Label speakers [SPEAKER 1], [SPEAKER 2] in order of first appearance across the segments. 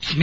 [SPEAKER 1] بسم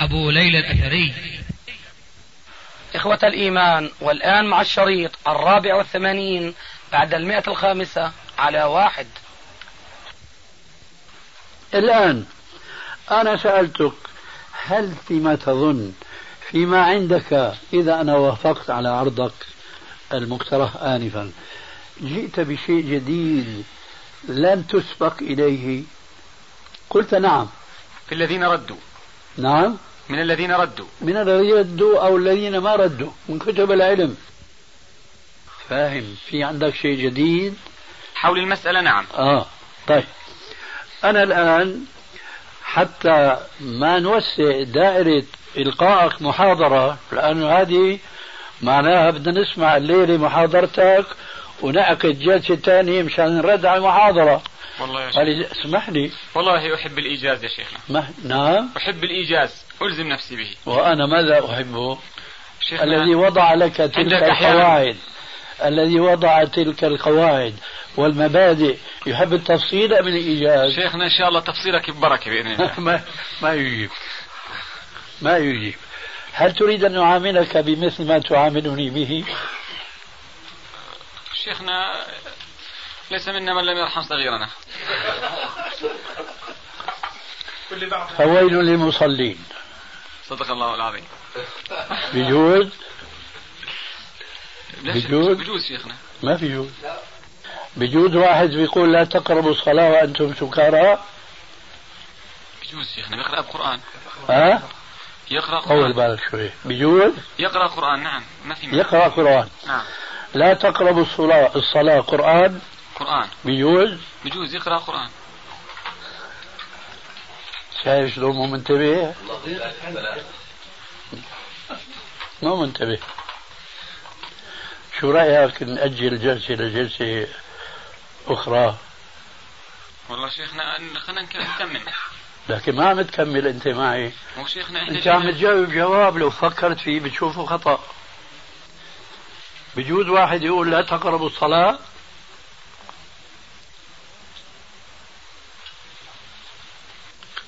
[SPEAKER 1] أبو ليلى الأثري إخوة الإيمان والآن مع الشريط الرابع والثمانين بعد المئة الخامسة على واحد
[SPEAKER 2] الآن أنا سألتك هل فيما تظن فيما عندك إذا أنا وافقت على عرضك المقترح آنفا جئت بشيء جديد لم تسبق إليه قلت نعم
[SPEAKER 3] في الذين ردوا
[SPEAKER 2] نعم
[SPEAKER 3] من الذين ردوا
[SPEAKER 2] من الذين ردوا أو الذين ما ردوا من كتب العلم فاهم في عندك شيء جديد
[SPEAKER 3] حول المسألة نعم
[SPEAKER 2] آه طيب أنا الآن حتى ما نوسع دائرة إلقائك محاضرة لأنه هذه معناها بدنا نسمع الليلة محاضرتك ونعقد جلسة ثانية مشان نرد على المحاضرة
[SPEAKER 3] والله يا شيخ
[SPEAKER 2] قال لي اسمح لي
[SPEAKER 3] والله أحب الإيجاز يا شيخنا
[SPEAKER 2] ما نعم
[SPEAKER 3] أحب الإيجاز ألزم نفسي به
[SPEAKER 2] وأنا ماذا أحبه
[SPEAKER 3] شيخنا
[SPEAKER 2] الذي وضع لك تلك
[SPEAKER 3] عندك أحياناً.
[SPEAKER 2] القواعد الذي وضع تلك القواعد والمبادئ يحب التفصيل أم الإيجاز
[SPEAKER 3] شيخنا إن شاء الله تفصيلك ببركة بإذن الله
[SPEAKER 2] ما ما يجيب ما يجيب هل تريد أن أعاملك بمثل ما تعاملني به
[SPEAKER 3] شيخنا ليس منا من لم يرحم صغيرنا
[SPEAKER 2] فويل للمصلين
[SPEAKER 3] صدق الله العظيم
[SPEAKER 2] بجوز
[SPEAKER 3] لا شيخ،
[SPEAKER 2] بجوز؟
[SPEAKER 3] بجوز شيخنا
[SPEAKER 2] ما في جوز بجوز واحد بيقول لا تقربوا الصلاة وأنتم سكارى
[SPEAKER 3] بجوز شيخنا بيقرأ قرآن
[SPEAKER 2] ها
[SPEAKER 3] يقرأ
[SPEAKER 2] طول
[SPEAKER 3] قرآن
[SPEAKER 2] بالك شوي بجوز
[SPEAKER 3] يقرأ قرآن نعم ما في مانع.
[SPEAKER 2] يقرأ قرآن
[SPEAKER 3] نعم
[SPEAKER 2] لا تقربوا الصلاة الصلاة قرآن
[SPEAKER 3] قرآن
[SPEAKER 2] بجوز
[SPEAKER 3] بجوز يقرأ قرآن
[SPEAKER 2] شايف شلون مو منتبه مو منتبه شو رأيك نأجل جلسة لجلسة أخرى
[SPEAKER 3] والله شيخنا أن- خلينا نك- نكمل
[SPEAKER 2] لكن ما عم تكمل أنت معي
[SPEAKER 3] هو شيخنا إحنا
[SPEAKER 2] أنت عم
[SPEAKER 3] جينا-
[SPEAKER 2] تجاوب جواب لو فكرت فيه بتشوفه خطأ بجوز واحد يقول لا تقربوا الصلاة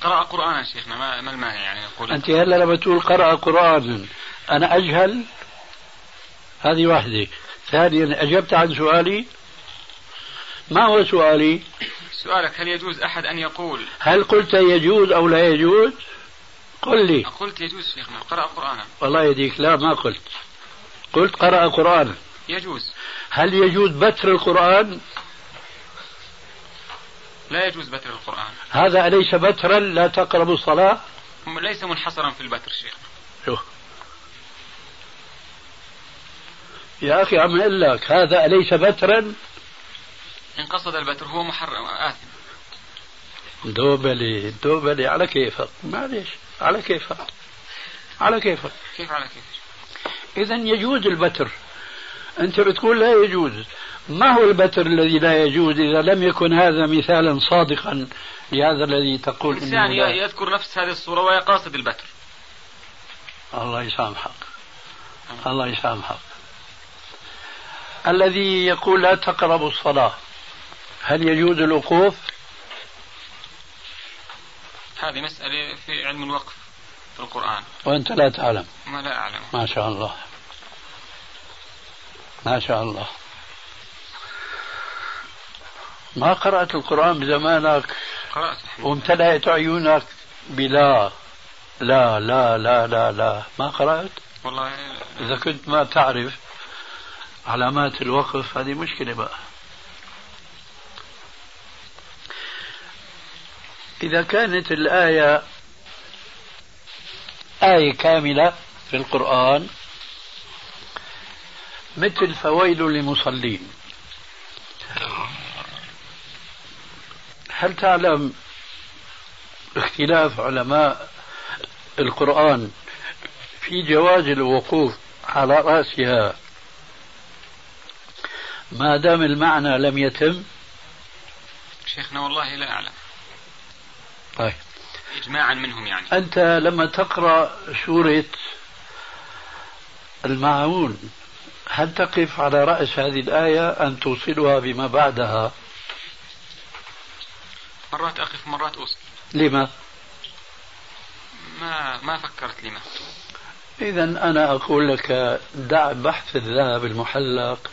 [SPEAKER 3] قرأ قرآنا شيخنا ما ما المانع يعني نقول
[SPEAKER 2] أنت هلا لما تقول قرأ قرآن أنا أجهل هذه واحدة ثانيا أجبت عن سؤالي ما هو سؤالي
[SPEAKER 3] سؤالك هل يجوز أحد أن يقول
[SPEAKER 2] هل قلت يجوز أو لا يجوز قل لي
[SPEAKER 3] قلت يجوز شيخنا قرأ قرآنا
[SPEAKER 2] والله يديك لا ما قلت قلت قرأ قرآن
[SPEAKER 3] يجوز
[SPEAKER 2] هل يجوز بتر القرآن
[SPEAKER 3] لا يجوز بتر القرآن
[SPEAKER 2] هذا أليس بترا لا تقربوا الصلاة
[SPEAKER 3] م- ليس منحصرا في البتر شيخنا
[SPEAKER 2] شوف يا أخي عم أقول لك هذا أليس بترا
[SPEAKER 3] إن قصد البتر هو محرم آثم
[SPEAKER 2] دوبلي دوبلي على كيفك معلش على كيفك على كيفك
[SPEAKER 3] كيف على كيف
[SPEAKER 2] إذا يجوز البتر أنت بتقول لا يجوز ما هو البتر الذي لا يجوز إذا لم يكن هذا مثالا صادقا لهذا الذي تقول إنه
[SPEAKER 3] الإنسان ي-
[SPEAKER 2] لا.
[SPEAKER 3] يذكر نفس هذه الصورة ويقاصد البتر
[SPEAKER 2] الله يسامحك الله يسامحك الذي يقول لا تقربوا الصلاة هل يجوز الوقوف
[SPEAKER 3] هذه مسألة في علم الوقف في القرآن
[SPEAKER 2] وأنت لا تعلم
[SPEAKER 3] ما لا أعلم
[SPEAKER 2] ما شاء الله ما شاء الله ما قرأت القرآن بزمانك
[SPEAKER 3] قرأت الحمد لله.
[SPEAKER 2] وامتلأت عيونك بلا لا لا لا لا لا ما قرأت
[SPEAKER 3] والله
[SPEAKER 2] إذا كنت ما تعرف علامات الوقف هذه مشكلة بقى إذا كانت الآية آية كاملة في القرآن مثل فويل للمصلين هل تعلم اختلاف علماء القرآن في جواز الوقوف على رأسها ما دام المعنى لم يتم
[SPEAKER 3] شيخنا والله لا أعلم
[SPEAKER 2] طيب
[SPEAKER 3] إجماعا منهم يعني
[SPEAKER 2] أنت لما تقرأ سورة الماعون هل تقف على رأس هذه الآية أن توصلها بما بعدها
[SPEAKER 3] مرات أقف مرات أوصل
[SPEAKER 2] لما؟
[SPEAKER 3] ما ما فكرت لما
[SPEAKER 2] إذا أنا أقول لك دع بحث الذهب المحلق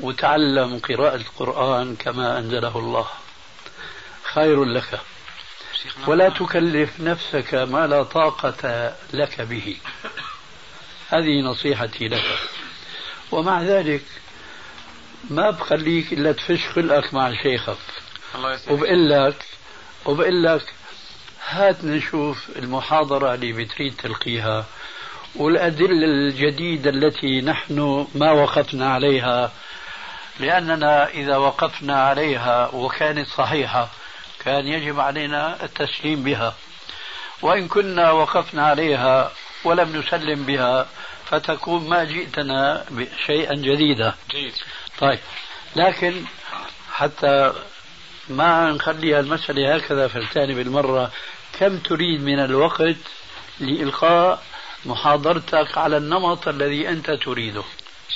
[SPEAKER 2] وتعلم قراءة القرآن كما أنزله الله خير لك
[SPEAKER 3] شيخنا
[SPEAKER 2] ولا
[SPEAKER 3] ما-
[SPEAKER 2] تكلف نفسك ما لا طاقة لك به هذه نصيحتي لك ومع ذلك ما بخليك إلا تفش خلقك مع شيخك
[SPEAKER 3] الله يسلمك
[SPEAKER 2] وبقول لك وبقول لك هات نشوف المحاضرة اللي بتريد تلقيها والأدلة الجديدة التي نحن ما وقفنا عليها لأننا إذا وقفنا عليها وكانت صحيحة كان يجب علينا التسليم بها وإن كنا وقفنا عليها ولم نسلم بها فتكون ما جئتنا بشيئا جديدا
[SPEAKER 3] جيد
[SPEAKER 2] طيب لكن حتى ما نخلي المسألة هكذا فلتاني بالمرة كم تريد من الوقت لإلقاء محاضرتك على النمط الذي أنت تريده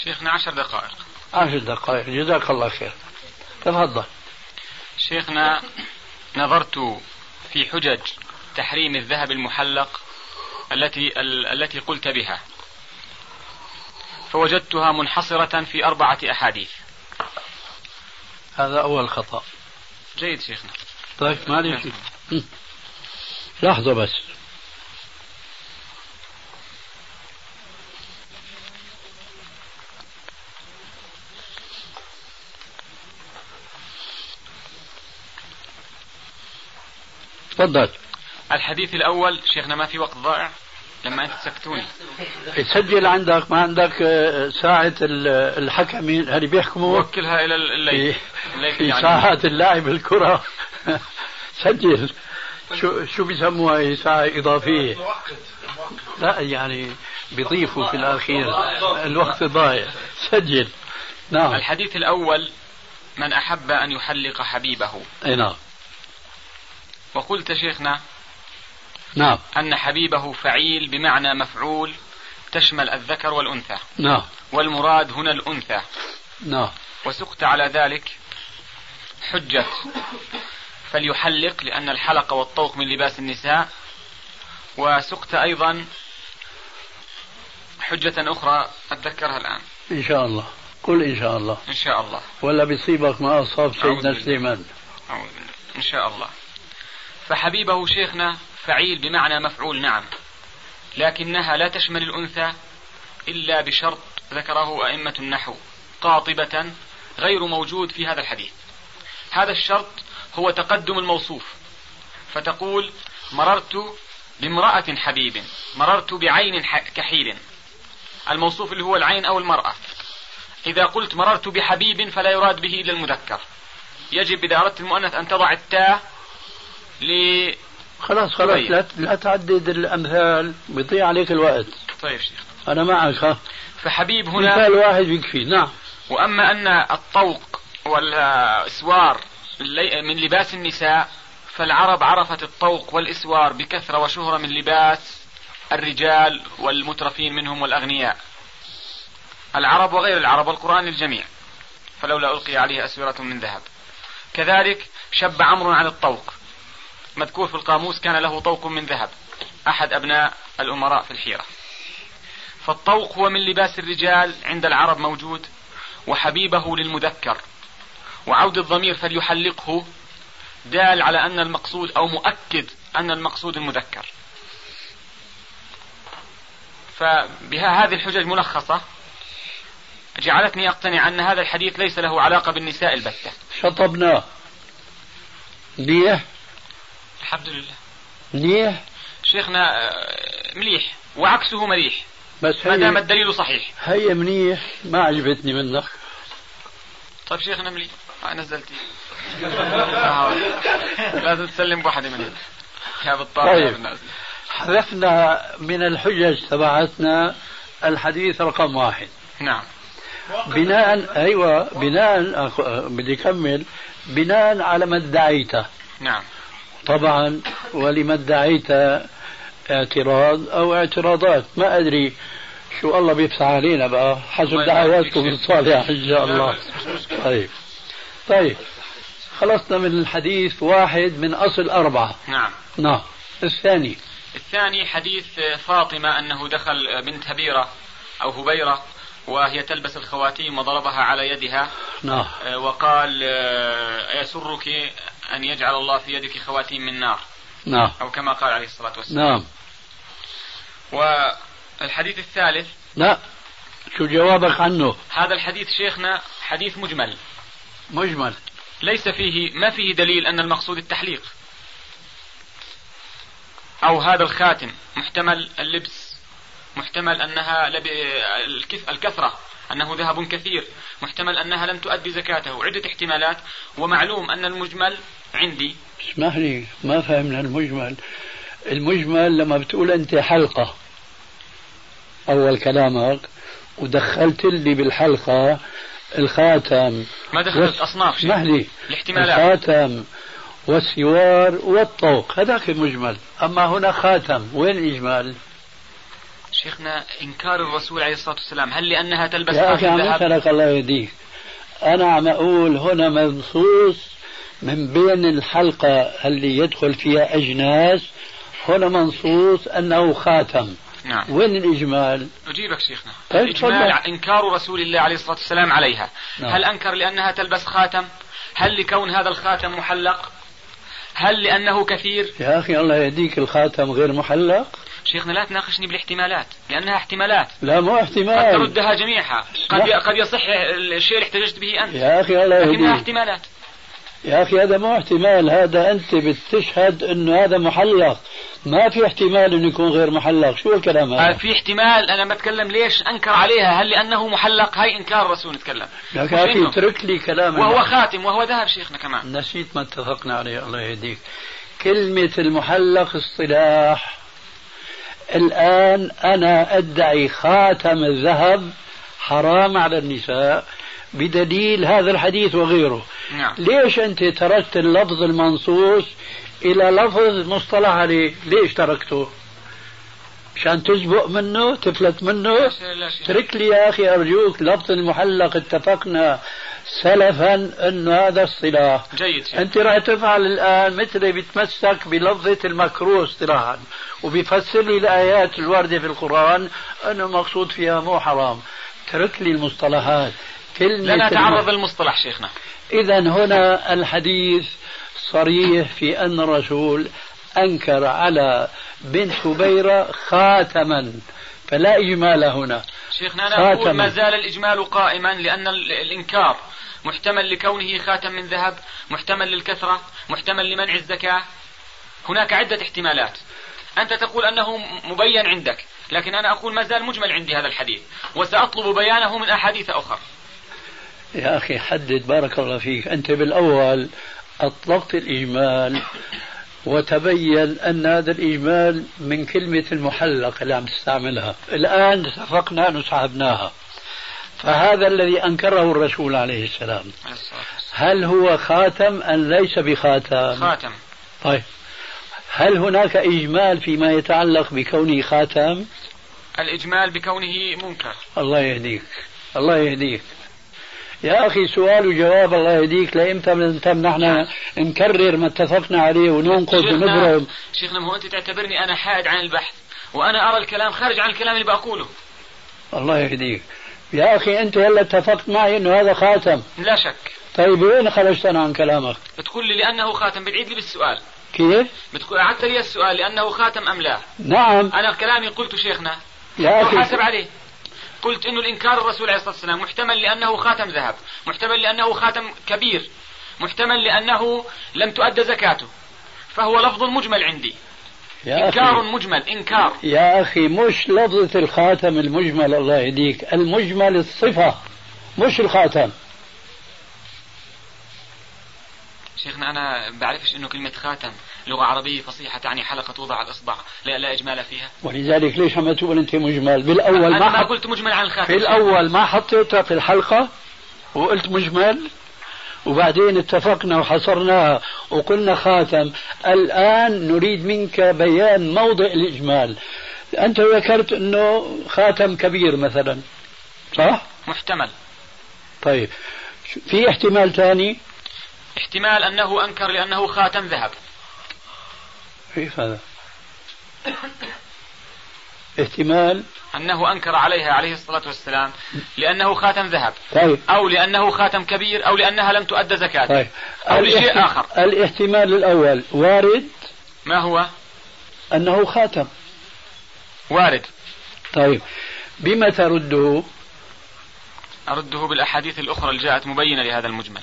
[SPEAKER 3] شيخنا عشر دقائق
[SPEAKER 2] عشر دقائق جزاك الله خير تفضل
[SPEAKER 3] شيخنا نظرت في حجج تحريم الذهب المحلق التي ال- التي قلت بها فوجدتها منحصرة في أربعة أحاديث
[SPEAKER 2] هذا أول خطأ
[SPEAKER 3] جيد شيخنا
[SPEAKER 2] طيب معلش لحظة بس تفضل
[SPEAKER 3] الحديث الأول شيخنا ما في وقت ضائع لما أنت سكتوني
[SPEAKER 2] سجل عندك ما عندك آه، ساعة ال- الحكمين اللي بيحكموا
[SPEAKER 3] وكلها إلى الليل
[SPEAKER 2] في,
[SPEAKER 3] الليل
[SPEAKER 2] في
[SPEAKER 3] يعني.
[SPEAKER 2] ساعات اللاعب الكرة سجل شو شو بيسموها هي ساعة إضافية لا يعني بيضيفوا في الأخير الوقت ضايع سجل نعم
[SPEAKER 3] الحديث الأول من أحب أن يحلق حبيبه
[SPEAKER 2] أي نعم
[SPEAKER 3] وقلت شيخنا
[SPEAKER 2] نعم
[SPEAKER 3] أن حبيبه فعيل بمعنى مفعول تشمل الذكر والأنثى
[SPEAKER 2] نعم
[SPEAKER 3] والمراد هنا الأنثى
[SPEAKER 2] نعم
[SPEAKER 3] وسقت على ذلك حجة فليحلق لأن الحلقة والطوق من لباس النساء وسقت أيضا حجة أخرى أتذكرها الآن
[SPEAKER 2] إن شاء الله قل إن شاء الله
[SPEAKER 3] إن شاء الله
[SPEAKER 2] ولا بيصيبك ما أصاب
[SPEAKER 3] أعوذ
[SPEAKER 2] سيدنا
[SPEAKER 3] بالله.
[SPEAKER 2] سليمان
[SPEAKER 3] أعوذ بالله. إن شاء الله فحبيبه شيخنا فعيل بمعنى مفعول نعم لكنها لا تشمل الأنثى إلا بشرط ذكره أئمة النحو قاطبة غير موجود في هذا الحديث هذا الشرط هو تقدم الموصوف فتقول مررت بامرأة حبيب مررت بعين ح- كحيل الموصوف اللي هو العين أو المرأة إذا قلت مررت بحبيب فلا يراد به إلا المذكر يجب إذا أردت المؤنث أن تضع التاء ل
[SPEAKER 2] خلاص خلاص
[SPEAKER 3] طيب.
[SPEAKER 2] لا لا تعدد الأمثال بيضيع عليك الوقت
[SPEAKER 3] طيب شيخ
[SPEAKER 2] أنا معك ها
[SPEAKER 3] فحبيب هنا
[SPEAKER 2] مثال واحد يكفي نعم
[SPEAKER 3] وأما أن الطوق والإسوار اللي- من لباس النساء فالعرب عرفت الطوق والإسوار بكثرة وشهرة من لباس الرجال والمترفين منهم والأغنياء العرب وغير العرب والقرآن للجميع فلولا ألقي عليه أسورة من ذهب كذلك شب عمرو عن الطوق مذكور في القاموس كان له طوق من ذهب أحد أبناء الأمراء في الحيرة فالطوق هو من لباس الرجال عند العرب موجود وحبيبه للمذكر وعود الضمير فليحلقه دال على أن المقصود أو مؤكد أن المقصود المذكر فبها هذه الحجج ملخصة جعلتني أقتنع أن هذا الحديث ليس له علاقة بالنساء البتة
[SPEAKER 2] شطبناه منيح
[SPEAKER 3] الحمد لله
[SPEAKER 2] منيح
[SPEAKER 3] شيخنا آه، مليح وعكسه مليح
[SPEAKER 2] بس
[SPEAKER 3] ما دام
[SPEAKER 2] هي
[SPEAKER 3] الدليل صحيح
[SPEAKER 2] هي منيح ما عجبتني منك
[SPEAKER 3] طيب شيخنا مليح آه، نزلتي آه، لازم تسلم بواحدة منهم يا بالطبع
[SPEAKER 2] طيب.
[SPEAKER 3] يا بالنازل.
[SPEAKER 2] حذفنا من الحجج تبعتنا الحديث رقم واحد
[SPEAKER 3] نعم
[SPEAKER 2] بناء ايوه بناء أخ- أه، بدي اكمل بناء على ما ادعيته
[SPEAKER 3] نعم
[SPEAKER 2] طبعا ولما ادعيت اعتراض او اعتراضات ما ادري شو الله بيفتح علينا بقى حسب
[SPEAKER 3] الله
[SPEAKER 2] دعواتكم
[SPEAKER 3] يبارك فيك.
[SPEAKER 2] الصالحه ان شاء
[SPEAKER 3] لا،
[SPEAKER 2] الله
[SPEAKER 3] مش مشكلة.
[SPEAKER 2] طيب طيب خلصنا من الحديث واحد من اصل اربعه
[SPEAKER 3] نعم
[SPEAKER 2] نعم الثاني
[SPEAKER 3] الثاني حديث فاطمة أنه دخل بنت هبيرة أو هبيرة وهي تلبس الخواتيم وضربها على يدها
[SPEAKER 2] نعم
[SPEAKER 3] وقال يسرك أن يجعل الله في يدك خواتيم من نار
[SPEAKER 2] نعم
[SPEAKER 3] أو كما قال عليه الصلاة والسلام
[SPEAKER 2] نعم
[SPEAKER 3] والحديث الثالث
[SPEAKER 2] لا شو جوابك عنه
[SPEAKER 3] هذا الحديث شيخنا حديث مجمل
[SPEAKER 2] مجمل
[SPEAKER 3] ليس فيه ما فيه دليل أن المقصود التحليق أو هذا الخاتم محتمل اللبس محتمل أنها لب... الكث... الكثرة أنه ذهب كثير محتمل أنها لم تؤدي زكاته عدة احتمالات ومعلوم أن المجمل عندي
[SPEAKER 2] اسمح لي ما فهمنا المجمل المجمل لما بتقول انت حلقه اول كلامك ودخلت لي بالحلقه الخاتم
[SPEAKER 3] ما دخلت
[SPEAKER 2] وس-
[SPEAKER 3] أصناف شيء.
[SPEAKER 2] اسمح لي
[SPEAKER 3] الاحتمالات
[SPEAKER 2] الخاتم والسوار والطوق هذاك المجمل اما هنا خاتم وين الاجمال
[SPEAKER 3] شيخنا إنكار الرسول عليه الصلاة والسلام هل لأنها تلبس
[SPEAKER 2] يا يعني اخي عم
[SPEAKER 3] الذهب
[SPEAKER 2] يسألك الله يهديك انا عم اقول هنا منصوص من بين الحلقه اللي يدخل فيها اجناس هنا منصوص انه خاتم
[SPEAKER 3] نعم
[SPEAKER 2] وين الإجمال؟
[SPEAKER 3] أجيبك شيخنا
[SPEAKER 2] طيب،
[SPEAKER 3] الإجمال
[SPEAKER 2] تفضل.
[SPEAKER 3] إنكار رسول الله عليه الصلاة والسلام عليها
[SPEAKER 2] نعم.
[SPEAKER 3] هل أنكر لأنها تلبس خاتم هل لكون هذا الخاتم محلق هل لأنه كثير
[SPEAKER 2] يا أخي الله يهديك الخاتم غير محلق
[SPEAKER 3] شيخنا لا تناقشني بالاحتمالات لأنها احتمالات
[SPEAKER 2] لا مو
[SPEAKER 3] قد
[SPEAKER 2] احتمال
[SPEAKER 3] تردها جميعها قد,
[SPEAKER 2] لا.
[SPEAKER 3] قد يصح الشيء اللي احتججت به أنت
[SPEAKER 2] نعم. يا أخي الله
[SPEAKER 3] لكنها
[SPEAKER 2] يهديك
[SPEAKER 3] احتمالات
[SPEAKER 2] يا أخي هذا مو احتمال هذا أنت بتشهد أنه هذا محلق ما في احتمال أنه يكون غير محلق شو الكلام
[SPEAKER 3] آه،
[SPEAKER 2] هذا
[SPEAKER 3] في احتمال أنا بتكلم ليش أنكر عليها هل لأنه محلق هاي إنكار الرسول نتكلم
[SPEAKER 2] لك
[SPEAKER 3] مش
[SPEAKER 2] يا أخي
[SPEAKER 3] إنه.
[SPEAKER 2] اترك لي كلام
[SPEAKER 3] وهو
[SPEAKER 2] أنا.
[SPEAKER 3] خاتم وهو ذهب شيخنا كمان
[SPEAKER 2] نسيت ما اتفقنا عليه الله يهديك كلمة المحلق اصطلاح الآن أنا أدعي خاتم الذهب حرام على النساء بدليل هذا الحديث وغيره
[SPEAKER 3] نعم
[SPEAKER 2] ليش أنت تركت اللفظ المنصوص إلى لفظ مصطلح عليه ليش تركته عشان تسبق منه تفلت منه
[SPEAKER 3] لا شيخنا.
[SPEAKER 2] اترك لي يا أخي أرجوك لفظ المحلق اتفقنا سلفا أنه هذا اصطلاح
[SPEAKER 3] جيد شيخنا
[SPEAKER 2] أنت راح تفعل الآن مثلي بتمسك بلفظة المكروه اصطلاحا وبيفسر لي الآيات الواردة في القرآن أنه المقصود فيها مو حرام اترك لي المصطلحات كلمة
[SPEAKER 3] لا
[SPEAKER 2] الم-
[SPEAKER 3] نتعرض للمصطلح شيخنا
[SPEAKER 2] إذا هنا الحديث صريح في أن الرسول أنكر على بنت هبيرة خاتما فلا إجمال هنا
[SPEAKER 3] شيخنا أنا أقول
[SPEAKER 2] خاتم.
[SPEAKER 3] ما زال الإجمال قائما لأن ال- الإنكار محتمل لكونه خاتم من ذهب محتمل للكثرة محتمل لمنع الزكاة هناك عدة احتمالات أنت تقول أنه م- مبين عندك لكن أنا أقول ما زال مجمل عندي هذا الحديث وسأطلب بيانه من أحاديث أخرى
[SPEAKER 2] يا أخي حدد بارك الله فيك أنت بالأول أطلقت الإجمال وتبين أن هذا الإجمال من كلمة المحلق اللي عم تستعملها الآن اتفقنا أن سحبناها فهذا الذي أنكره الرسول عليه السلام هل هو خاتم أم ليس بخاتم
[SPEAKER 3] خاتم
[SPEAKER 2] طيب هل هناك إجمال فيما يتعلق بكونه خاتم
[SPEAKER 3] الإجمال بكونه منكر
[SPEAKER 2] الله يهديك الله يهديك يا أخي سؤال وجواب الله يهديك لإمتى بنتم نحن نكرر ما اتفقنا عليه وننقض
[SPEAKER 3] شيخنا,
[SPEAKER 2] ونبرم
[SPEAKER 3] شيخنا ما هو أنت تعتبرني أنا حائد عن البحث وأنا أرى الكلام خارج عن الكلام اللي بقوله
[SPEAKER 2] الله يهديك يا أخي أنت هلا اتفقت معي أنه هذا خاتم
[SPEAKER 3] لا شك
[SPEAKER 2] طيب وين خرجت أنا عن كلامك
[SPEAKER 3] بتقول لي لأنه خاتم بتعيد لي بالسؤال
[SPEAKER 2] كيف
[SPEAKER 3] بتقول أعدت لي السؤال لأنه خاتم أم لا
[SPEAKER 2] نعم
[SPEAKER 3] أنا كلامي قلت شيخنا
[SPEAKER 2] يا أخي
[SPEAKER 3] وحاسب عليه قلت انه الانكار الرسول عليه الصلاه والسلام محتمل لانه خاتم ذهب، محتمل لانه خاتم كبير، محتمل لانه لم تؤدى زكاته. فهو لفظ مجمل عندي،
[SPEAKER 2] يا
[SPEAKER 3] انكار
[SPEAKER 2] أخي
[SPEAKER 3] مجمل، انكار.
[SPEAKER 2] يا أخي مش لفظة الخاتم المجمل الله يهديك المجمل الصفة مش الخاتم
[SPEAKER 3] شيخنا أنا بعرفش أنه كلمة خاتم لغة عربية فصيحة تعني حلقة توضع على الإصبع لا, لا إجمال فيها
[SPEAKER 2] ولذلك ليش عم تقول انت مجمل بالاول
[SPEAKER 3] أنا
[SPEAKER 2] ما
[SPEAKER 3] ما
[SPEAKER 2] حط...
[SPEAKER 3] قلت مجمل عن الخاتم
[SPEAKER 2] في الاول ما حطيتها في الحلقه وقلت مجمل وبعدين اتفقنا وحصرناها وقلنا خاتم الان نريد منك بيان موضع الاجمال انت ذكرت انه خاتم كبير مثلا صح
[SPEAKER 3] محتمل
[SPEAKER 2] طيب شو- في احتمال ثاني
[SPEAKER 3] احتمال أنه أنكر لأنه خاتم ذهب
[SPEAKER 2] كيف هذا احتمال
[SPEAKER 3] أنه أنكر عليها عليه الصلاة والسلام لأنه خاتم ذهب
[SPEAKER 2] طيب
[SPEAKER 3] أو لأنه خاتم كبير أو لأنها لم تؤد زكاة
[SPEAKER 2] طيب
[SPEAKER 3] أو لشيء
[SPEAKER 2] الاحت-
[SPEAKER 3] آخر.
[SPEAKER 2] الاحتمال الاول وارد
[SPEAKER 3] ما هو
[SPEAKER 2] انه خاتم
[SPEAKER 3] وارد
[SPEAKER 2] طيب بما ترده
[SPEAKER 3] أرده بالأحاديث الأخرى اللي جاءت مبينة لهذا المجمل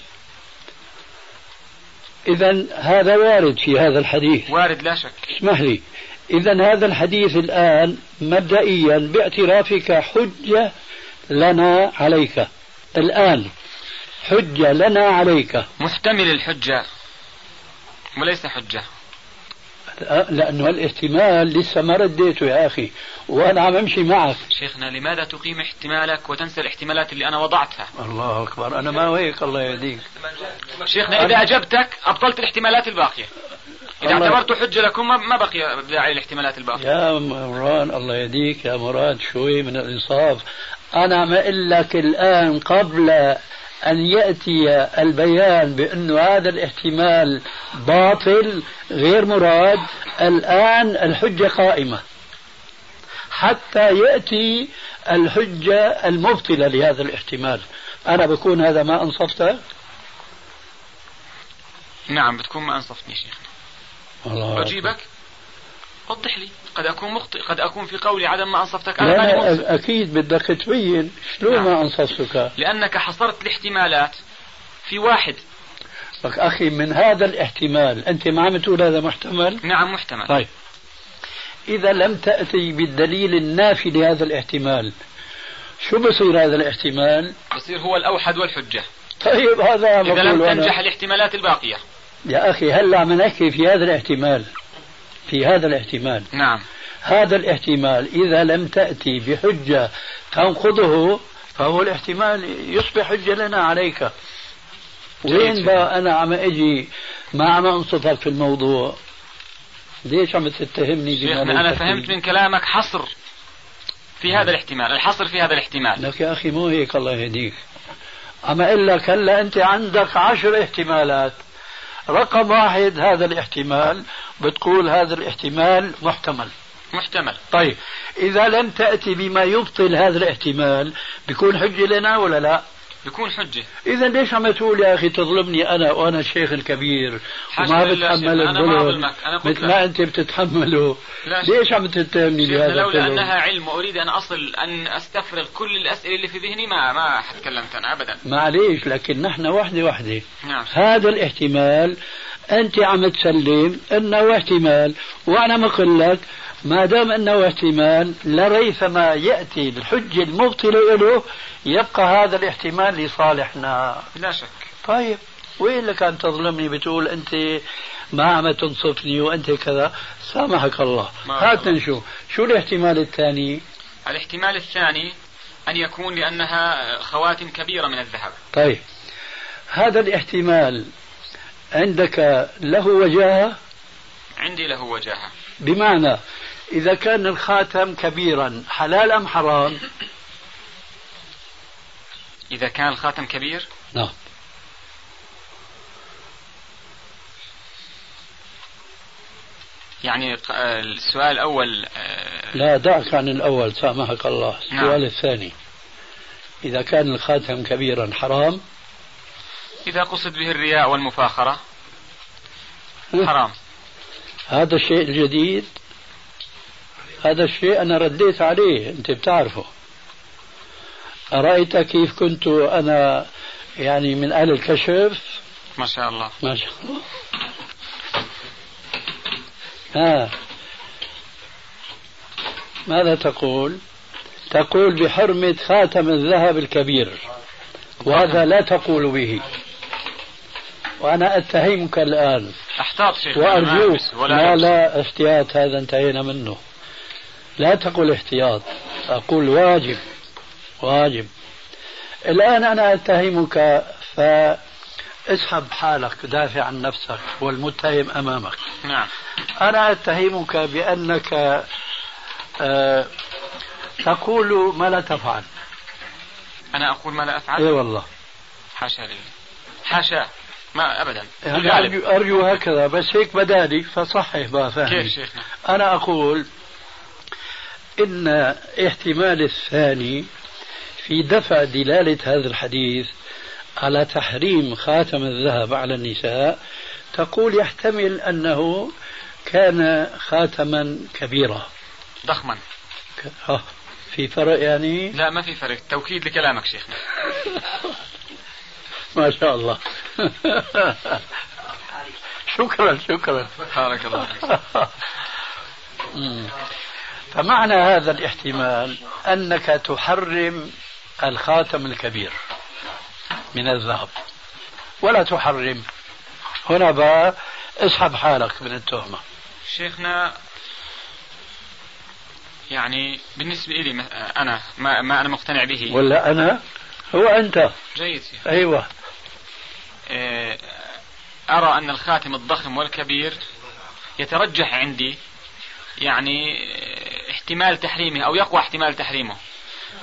[SPEAKER 2] اذا هذا وارد في هذا الحديث
[SPEAKER 3] وارد لا شك
[SPEAKER 2] اسمح لي اذا هذا الحديث الان مبدئيا باعترافك حجه لنا عليك الان حجه لنا عليك
[SPEAKER 3] محتمل الحجة وليس حجة
[SPEAKER 2] لانه الاحتمال لسه ما رديته يا اخي وانا عم امشي معك
[SPEAKER 3] شيخنا لماذا تقيم احتمالك وتنسى الاحتمالات اللي أنا وضعتها
[SPEAKER 2] الله اكبر انا ما هيك الله يهديك
[SPEAKER 3] شيخنا إذا أجبتك أبطلت الاحتمالات الباقية إذا
[SPEAKER 2] الله-
[SPEAKER 3] اعتبرته حجة لكم ما- ما بقي داعي للاحتمالات الباقية
[SPEAKER 2] يا مران الله يهديك يا مراد شوي من الانصاف انا ما اقول لك الان قبل ان ياتي البيان بانه هذا الاحتمال باطل غير مراد الان الحجه قائمه حتى ياتي الحجه المبطله لهذا الاحتمال انا بكون هذا ما انصفتك
[SPEAKER 3] نعم بتكون ما أنصفتني شيخنا
[SPEAKER 2] الله
[SPEAKER 3] أجيبك وضح لي قد أكون مخطئ قد أكون في قولي عدم ما أنصفتك أنا ماني
[SPEAKER 2] لا
[SPEAKER 3] منصف
[SPEAKER 2] أنا اكيد بدك تبين شلون
[SPEAKER 3] نعم.
[SPEAKER 2] ما انصفتك
[SPEAKER 3] لأنك حصرت الاحتمالات في واحد
[SPEAKER 2] لك اخي طيب، من هذا الاحتمال انت ما عم تقول هذا محتمل
[SPEAKER 3] نعم محتمل
[SPEAKER 2] طيب اذا لم تاتي بالدليل النافي لهذا الاحتمال شو بصير هذا الاحتمال
[SPEAKER 3] يصير هو الأوحد والحجة
[SPEAKER 2] طيب هذا
[SPEAKER 3] إذا لم
[SPEAKER 2] بقوله أنا.
[SPEAKER 3] تنجح الاحتمالات الباقية
[SPEAKER 2] يا اخي هلا عم نحكي في هذا الاحتمال في هذا الاحتمال
[SPEAKER 3] نعم
[SPEAKER 2] هذا الاحتمال اذا لم تاتي بحجه تنقضه فهو الاحتمال يصبح حجه لنا عليك وين
[SPEAKER 3] جيد.
[SPEAKER 2] بقى انا عم اجي ما عم انصفك في الموضوع ليش عم تتهمني بما
[SPEAKER 3] شيخنا أنا
[SPEAKER 2] ليس فيه؟
[SPEAKER 3] فهمت من كلامك حصر في
[SPEAKER 2] نعم.
[SPEAKER 3] هذا الاحتمال الحصر في هذا الاحتمال
[SPEAKER 2] لك يا اخي مو هيك الله يهديك عم اقول لك هلا انت عندك عشر احتمالات رقم واحد هذا الاحتمال بتقول هذا الاحتمال محتمل
[SPEAKER 3] محتمل
[SPEAKER 2] طيب إذا لم تأتي بما يبطل هذا الاحتمال بيكون حجة لنا ولا لا؟
[SPEAKER 3] بيكون حجة
[SPEAKER 2] إذا ليش عم تقول يا أخي تظلمني أنا وأنا الشيخ الكبير وما
[SPEAKER 3] حاشا لله
[SPEAKER 2] بتحمل
[SPEAKER 3] شيخنا، أنا ما
[SPEAKER 2] الظلم
[SPEAKER 3] أظلمك، أنا قلت
[SPEAKER 2] مثل
[SPEAKER 3] لك.
[SPEAKER 2] ما أنت بتتحمله
[SPEAKER 3] لا شيخ.
[SPEAKER 2] ليش عم تتهمني
[SPEAKER 3] شيخنا
[SPEAKER 2] بهذا
[SPEAKER 3] لولا
[SPEAKER 2] الظلم؟
[SPEAKER 3] أنها علم وأريد أن أصل أن أستفرغ كل الأسئلة اللي في ذهني ما ما تكلمت أنا أبدا
[SPEAKER 2] معليش لكن نحن وحدة وحدة
[SPEAKER 3] نعم
[SPEAKER 2] هذا الاحتمال أنت عم تسلم أنه احتمال وأنا مقول لك ما دام أنه احتمال لريثما يأتي الحجة المبطلة له يبقى هذا الاحتمال لصالحنا
[SPEAKER 3] لا شك
[SPEAKER 2] طيب وين لك أن تظلمني بتقول أنت ما عم تنصفني وأنت كذا سامحك الله
[SPEAKER 3] ما
[SPEAKER 2] هات
[SPEAKER 3] الله.
[SPEAKER 2] نشوف شو الاحتمال الثاني
[SPEAKER 3] الاحتمال الثاني أن يكون لأنها خواتم كبيرة من الذهب
[SPEAKER 2] طيب هذا الاحتمال عندك له وجاهه
[SPEAKER 3] عندي له وجاهة
[SPEAKER 2] بمعنى إذا كان الخاتم كبيرا حلال أم حرام؟
[SPEAKER 3] إذا كان الخاتم كبير
[SPEAKER 2] نعم
[SPEAKER 3] يعني ق- آه، السؤال الأول آه،
[SPEAKER 2] لا دعك عن الأول سامحك الله
[SPEAKER 3] نعم.
[SPEAKER 2] السؤال الثاني إذا كان الخاتم كبيرا حرام
[SPEAKER 3] إذا قصد به الرياء والمفاخرة حرام
[SPEAKER 2] هذا الشيء الجديد هذا الشيء أنا رديت عليه أنت بتعرفه أرأيت كيف كنت أنا يعني من أهل الكشف
[SPEAKER 3] ما شاء الله
[SPEAKER 2] ما شاء الله ها ماذا تقول؟ تقول بحرمة خاتم الذهب الكبير وهذا لا تقول به وأنا أتهمك الآن
[SPEAKER 3] احتاط شيخ
[SPEAKER 2] وأرجوك
[SPEAKER 3] ولا
[SPEAKER 2] لا
[SPEAKER 3] يبس.
[SPEAKER 2] لا احتياط هذا انتهينا منه لا تقل احتياط أقول واجب واجب الآن أنا أتهمك فاسحب حالك دافع عن نفسك والمتهم أمامك
[SPEAKER 3] نعم
[SPEAKER 2] أنا أتهمك بأنك آه تقول ما لا تفعل
[SPEAKER 3] انا اقول ما لا افعل
[SPEAKER 2] اي والله
[SPEAKER 3] حاشا لي حاشا ما ابدا
[SPEAKER 2] أنا
[SPEAKER 3] بالغالب.
[SPEAKER 2] أرجو, أرجو هكذا بس هيك بدالي فصحح بقى فهمي
[SPEAKER 3] كيف شيخنا
[SPEAKER 2] أنا أقول إن احتمال الثاني في دفع دلالة هذا الحديث على تحريم خاتم الذهب على النساء تقول يحتمل أنه كان خاتما كبيرا
[SPEAKER 3] ضخما
[SPEAKER 2] ك- آه، في فرق يعني
[SPEAKER 3] لا ما في فرق توكيد لكلامك شيخنا
[SPEAKER 2] ما شاء الله شكرا شكرا
[SPEAKER 3] بارك الله فيك
[SPEAKER 2] مم. فمعنى هذا الاحتمال أنك تحرم الخاتم الكبير من الذهب ولا تحرم هنا بقى اسحب حالك من التهمة
[SPEAKER 3] شيخنا يعني بالنسبة لي م- أنا ما, ما أنا مقتنع به
[SPEAKER 2] ولا أنا هو أنت
[SPEAKER 3] جيد شيخ
[SPEAKER 2] أيوة
[SPEAKER 3] آه، أرى أن الخاتم الضخم والكبير يترجح عندي يعني آه، احتمال تحريمه أو يقوى احتمال تحريمه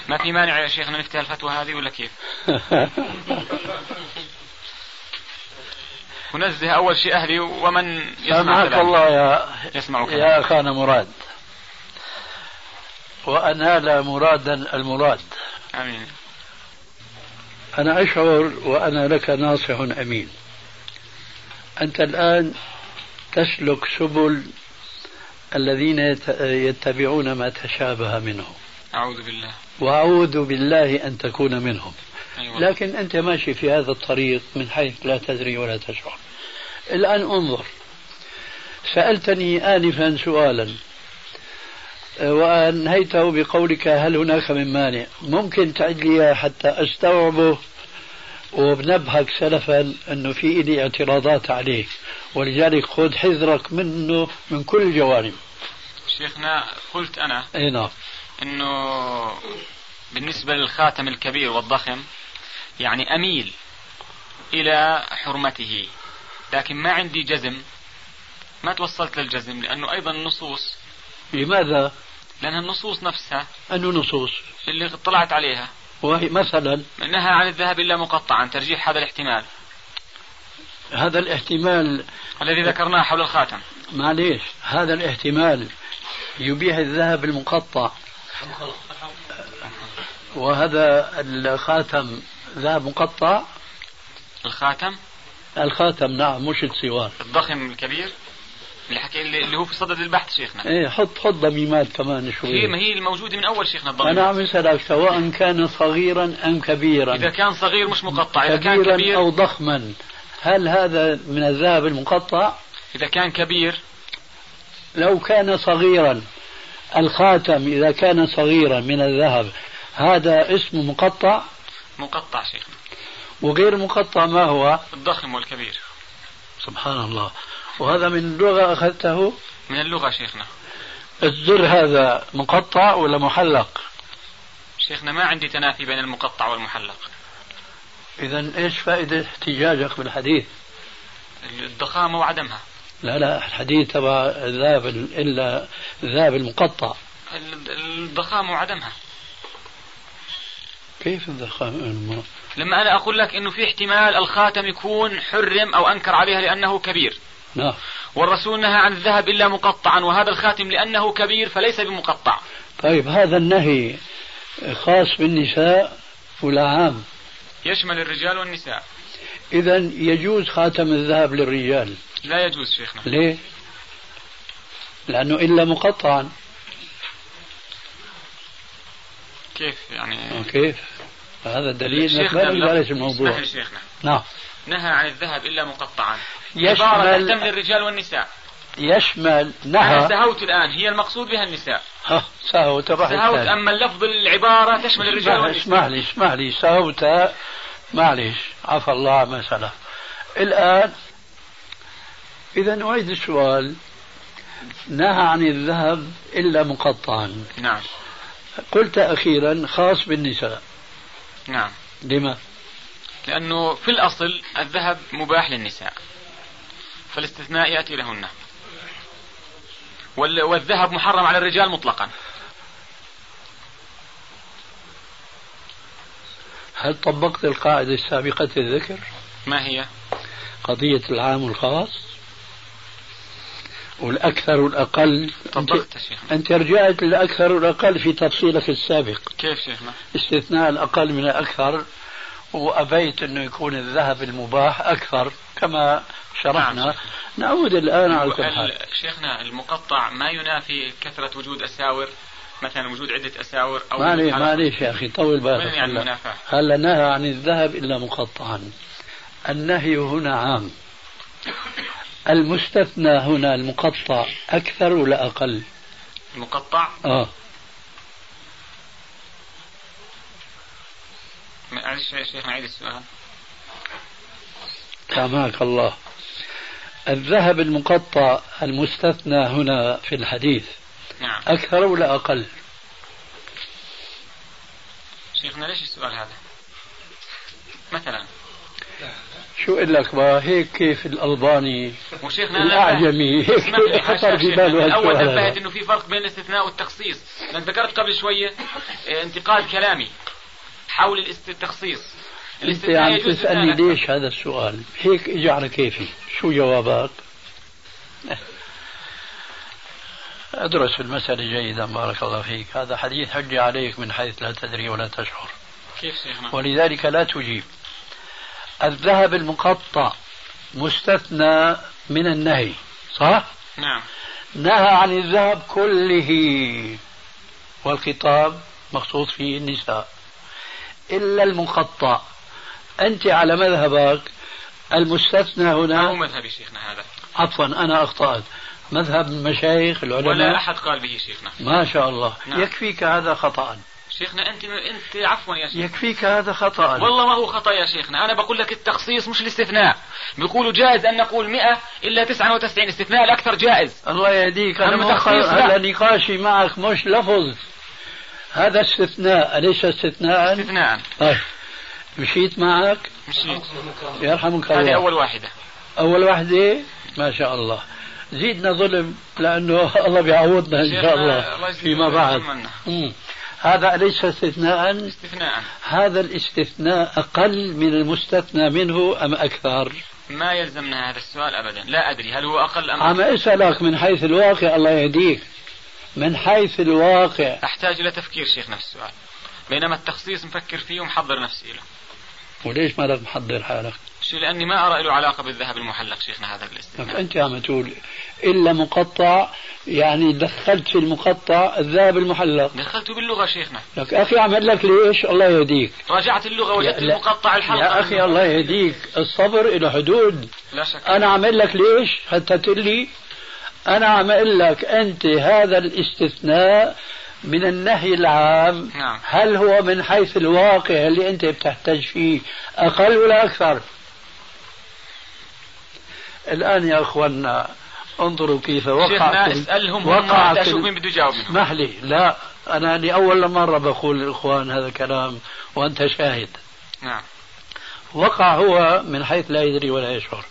[SPEAKER 3] ما في مانع يا شيخنا نفتح الفتوى هذه ولا كيف؟ ونزه أول شيء أهلي ومن يسمع
[SPEAKER 2] سامحك
[SPEAKER 3] كلامي
[SPEAKER 2] الله يا
[SPEAKER 3] يسمع كلامي
[SPEAKER 2] يا أخانا مراد وأنال مرادا المراد
[SPEAKER 3] آمين
[SPEAKER 2] أنا أشعر وأنا لك ناصح أمين أنت الآن تسلك سبل الذين يت- يتبعون ما تشابه منه
[SPEAKER 3] أعوذ بالله
[SPEAKER 2] وأعوذ بالله أن تكون منهم
[SPEAKER 3] أيوة.
[SPEAKER 2] لكن أنت ماشي في هذا الطريق من حيث لا تدري ولا تشعر الآن انظر سألتني آنفا سؤالا آه، وأنهيته بقولك هل هناك من مانع ممكن تعد لي إياه حتى أستوعبه وبنبهك سلفا أنه في إلي اعتراضات عليه ولذلك خذ حذرك منه من كل الجوانب
[SPEAKER 3] شيخنا قلت أنا
[SPEAKER 2] أي نعم
[SPEAKER 3] انه بالنسبة للخاتم الكبير والضخم يعني اميل الى حرمته لكن ما عندي جزم ما توصلت للجزم لانه ايضا النصوص
[SPEAKER 2] لماذا
[SPEAKER 3] لانها النصوص نفسها
[SPEAKER 2] أنه نصوص
[SPEAKER 3] اللي اطلعت عليها
[SPEAKER 2] وهي مثلا
[SPEAKER 3] نهى عن الذهاب الا مقطعا ترجيح هذا الاحتمال
[SPEAKER 2] هذا الاحتمال
[SPEAKER 3] الذي ذكرناه حول الخاتم
[SPEAKER 2] معليش هذا الاحتمال يبيح الذهب المقطع وهذا الخاتم ذهب مقطع
[SPEAKER 3] الخاتم
[SPEAKER 2] الخاتم نعم مش السوار
[SPEAKER 3] الضخم الكبير اللي حكي اللي هو في صدد البحث شيخنا
[SPEAKER 2] ايه حط حط ضميمات كمان
[SPEAKER 3] هي إيه، ما
[SPEAKER 2] شوي
[SPEAKER 3] هي الموجودة من اول شيخنا الضخم
[SPEAKER 2] انا عم اسالك سواء كان صغيرا ام كبيرا
[SPEAKER 3] اذا كان صغير مش مقطع اذا كان
[SPEAKER 2] كبيرا
[SPEAKER 3] كبير
[SPEAKER 2] او ضخما هل هذا من الذهب المقطع
[SPEAKER 3] اذا كان كبير
[SPEAKER 2] لو كان صغيرا الخاتم اذا كان صغيرا من الذهب هذا اسمه مقطع
[SPEAKER 3] مقطع شيخنا
[SPEAKER 2] وغير مقطع ما هو
[SPEAKER 3] الضخم والكبير
[SPEAKER 2] سبحان الله وهذا من لغة أخذته
[SPEAKER 3] من اللغة شيخنا
[SPEAKER 2] الزر هذا مقطع ولا محلق
[SPEAKER 3] شيخنا ما عندي تنافي بين المقطع والمحلق
[SPEAKER 2] إذا إيش فائدة احتجاجك بالحديث
[SPEAKER 3] الضخامة وعدمها
[SPEAKER 2] لا لا الحديث تبع الذهب ال- إلا الذهب المقطع
[SPEAKER 3] ال- الضخامة وعدمها
[SPEAKER 2] كيف الذهب الم-
[SPEAKER 3] لما أنا أقول لك أنه في احتمال الخاتم يكون حرم أو أنكر عليها لأنه كبير
[SPEAKER 2] نعم
[SPEAKER 3] والرسول نهى عن الذهب إلا مقطعا وهذا الخاتم لأنه كبير فليس بمقطع
[SPEAKER 2] طيب هذا النهي خاص بالنساء ولا عام
[SPEAKER 3] يشمل الرجال والنساء
[SPEAKER 2] إذا يجوز خاتم الذهب للرجال
[SPEAKER 3] لا يجوز شيخنا
[SPEAKER 2] ليه؟ لأنه إلا مقطعا
[SPEAKER 3] كيف يعني
[SPEAKER 2] كيف؟ هذا دليل انك
[SPEAKER 3] شيخنا،
[SPEAKER 2] ما تبالغ
[SPEAKER 3] اسمح
[SPEAKER 2] الموضوع
[SPEAKER 3] لي شيخنا
[SPEAKER 2] نعم
[SPEAKER 3] نهى عن الذهب إلا مقطعا عبارة تحتمل
[SPEAKER 2] يشمل
[SPEAKER 3] الرجال والنساء
[SPEAKER 2] يشمل
[SPEAKER 3] أنا
[SPEAKER 2] نهى
[SPEAKER 3] سهوت الآن هي المقصود بها النساء
[SPEAKER 2] ها، سهوت راح
[SPEAKER 3] سهوت
[SPEAKER 2] الثاني. نعم،
[SPEAKER 3] أما اللفظ العبارة تشمل الرجال
[SPEAKER 2] اسمح لي
[SPEAKER 3] والنساء
[SPEAKER 2] اسمح لي اسمح لي سهوت معلش عفى الله ما سلف الآن إذا أعيد السؤال نهى عن الذهب إلا مقطعا
[SPEAKER 3] نعم
[SPEAKER 2] قلت أخيرا خاص بالنساء
[SPEAKER 3] نعم
[SPEAKER 2] لما؟
[SPEAKER 3] لأنه في الأصل الذهب مباح للنساء فالاستثناء يأتي لهن وال- والذهب محرم على الرجال مطلقا
[SPEAKER 2] هل طبقت القاعدة السابقة الذكر
[SPEAKER 3] ما هي
[SPEAKER 2] قضية العام والخاص والأكثر والأقل أنت,
[SPEAKER 3] طبقت شيخنا
[SPEAKER 2] أنت رجعت للأكثر والأقل في تفصيلك السابق
[SPEAKER 3] كيف شيخنا
[SPEAKER 2] استثناء الأقل من الأكثر وأبيت أنه يكون الذهب المباح أكثر كما شرحنا
[SPEAKER 3] نعم.
[SPEAKER 2] نعود الآن على كل حال
[SPEAKER 3] ال- شيخنا المقطع ما ينافي كثرة وجود أساور مثلا وجود عدة أساور أو
[SPEAKER 2] ما عليه
[SPEAKER 3] حلقة.
[SPEAKER 2] ما عليه يا أخي طول بالك
[SPEAKER 3] وين يعني
[SPEAKER 2] هلا.
[SPEAKER 3] المنافاة؟
[SPEAKER 2] هلا نهى عن الذهب إلا مقطعا النهي هنا عام المستثنى هنا المقطع أكثر ولا أقل
[SPEAKER 3] المقطع
[SPEAKER 2] آه
[SPEAKER 3] معلش يا شيخنا عيد السؤال
[SPEAKER 2] سامحك الله الذهب المقطع المستثنى هنا في الحديث
[SPEAKER 3] نعم
[SPEAKER 2] أكثر ولا أقل
[SPEAKER 3] شيخنا ليش السؤال هذا مثلا
[SPEAKER 2] شو اقول لك ما هيك كيف الالباني
[SPEAKER 3] وشيخنا أنا
[SPEAKER 2] الاعجمي هيك
[SPEAKER 3] اسمح لي،
[SPEAKER 2] خطر
[SPEAKER 3] حاشا
[SPEAKER 2] في
[SPEAKER 3] شيخنا.
[SPEAKER 2] باله
[SPEAKER 3] الاول
[SPEAKER 2] هالسؤال
[SPEAKER 3] نبهت
[SPEAKER 2] هذا.
[SPEAKER 3] انه في فرق بين الاستثناء والتخصيص لان ذكرت قبل شويه آه، انتقاد كلامي حول الاست- التخصيص
[SPEAKER 2] انت
[SPEAKER 3] الاستثناء
[SPEAKER 2] عم
[SPEAKER 3] يجوز
[SPEAKER 2] تسالني
[SPEAKER 3] استثناء.
[SPEAKER 2] ليش هذا السؤال؟ هيك اجى على كيفي، شو جوابك؟ ادرس المسألة جيدا بارك الله فيك، هذا حديث حجة عليك من حيث لا تدري ولا تشعر،
[SPEAKER 3] كيف شيخنا
[SPEAKER 2] ولذلك لا تجيب. الذهب المقطع مستثنى من النهي، صح؟
[SPEAKER 3] نعم
[SPEAKER 2] نهى عن الذهب كله والخطاب مخصوص فيه النساء إلا المقطع أنت على مذهبك المستثنى
[SPEAKER 3] ما هو
[SPEAKER 2] هنا
[SPEAKER 3] مذهبي شيخنا هذا
[SPEAKER 2] عفوا أنا أخطأت مذهب المشايخ
[SPEAKER 3] ولا
[SPEAKER 2] العلماء
[SPEAKER 3] احد قال به شيخنا
[SPEAKER 2] ما شاء الله
[SPEAKER 3] نعم.
[SPEAKER 2] يكفيك هذا خطأ
[SPEAKER 3] شيخنا انت انت عفوا يا شيخ
[SPEAKER 2] يكفيك هذا خطأ
[SPEAKER 3] والله ما هو خطا يا شيخنا انا بقول لك التخصيص مش الاستثناء بيقولوا جائز ان نقول 100 الا 99 استثناء الاكثر جائز
[SPEAKER 2] الله يهديك أنا
[SPEAKER 3] أما
[SPEAKER 2] مؤخر-
[SPEAKER 3] تخصيص لا.
[SPEAKER 2] هذا نقاشي معك مش لفظ هذا استثناء أليس استثناء
[SPEAKER 3] استثناء
[SPEAKER 2] طيب مشيت معك
[SPEAKER 3] مشيت
[SPEAKER 2] يرحمك الله
[SPEAKER 3] هذه اول واحده
[SPEAKER 2] أول واحدة ما شاء الله زيدنا ظلم لأنه الله بيعوضنا إن شاء
[SPEAKER 3] شيخنا،
[SPEAKER 2] الله
[SPEAKER 3] الله يجزيك
[SPEAKER 2] فيما
[SPEAKER 3] خير
[SPEAKER 2] بعد
[SPEAKER 3] عنا.
[SPEAKER 2] مم. هذا ليس استثناء
[SPEAKER 3] استثناء
[SPEAKER 2] هذا الاستثناء أقل من المستثنى منه أم أكثر
[SPEAKER 3] ما يلزمنا هذا السؤال ابدا لا ادري هل هو اقل ام
[SPEAKER 2] عم أسألك من حيث الواقع الله يهديك من حيث الواقع
[SPEAKER 3] احتاج الى تفكير شيخنا في السؤال بينما التخصيص مفكر فيه ومحضر نفسي له
[SPEAKER 2] وليش مالك محضر حالك
[SPEAKER 3] شو لاني ما ارى له علاقه بالذهب المحلق شيخنا هذا
[SPEAKER 2] لك
[SPEAKER 3] الاستثناء
[SPEAKER 2] أنت عم تقول إلا مقطع يعني دخلت في المقطع الذهب المحلق
[SPEAKER 3] دخلته باللغه شيخنا
[SPEAKER 2] لك أخي عم أقول لك ليش الله يهديك
[SPEAKER 3] راجعت اللغه وجدت
[SPEAKER 2] لا-
[SPEAKER 3] المقطع الحلقه
[SPEAKER 2] يا اخي الله يهديك الصبر له حدود
[SPEAKER 3] لا شك
[SPEAKER 2] انا عم أقول لك ليش حتى تقول لي انا عم أقول لك انت هذا الاستثناء من النهي العام
[SPEAKER 3] نعم.
[SPEAKER 2] هل هو من حيث الواقع اللي انت بتحتاج فيه اقل ولا اكثر الان يا اخوانا انظروا كيف
[SPEAKER 3] شيخنا
[SPEAKER 2] وقعت
[SPEAKER 3] اسالهم هم
[SPEAKER 2] وقعت
[SPEAKER 3] حتى اشوف مين بده يجاوب منهم
[SPEAKER 2] اسمح لي لا انا لاول مره بقول للاخوان هذا الكلام وانت شاهد
[SPEAKER 3] نعم
[SPEAKER 2] وقع هو من حيث لا يدري ولا يشعر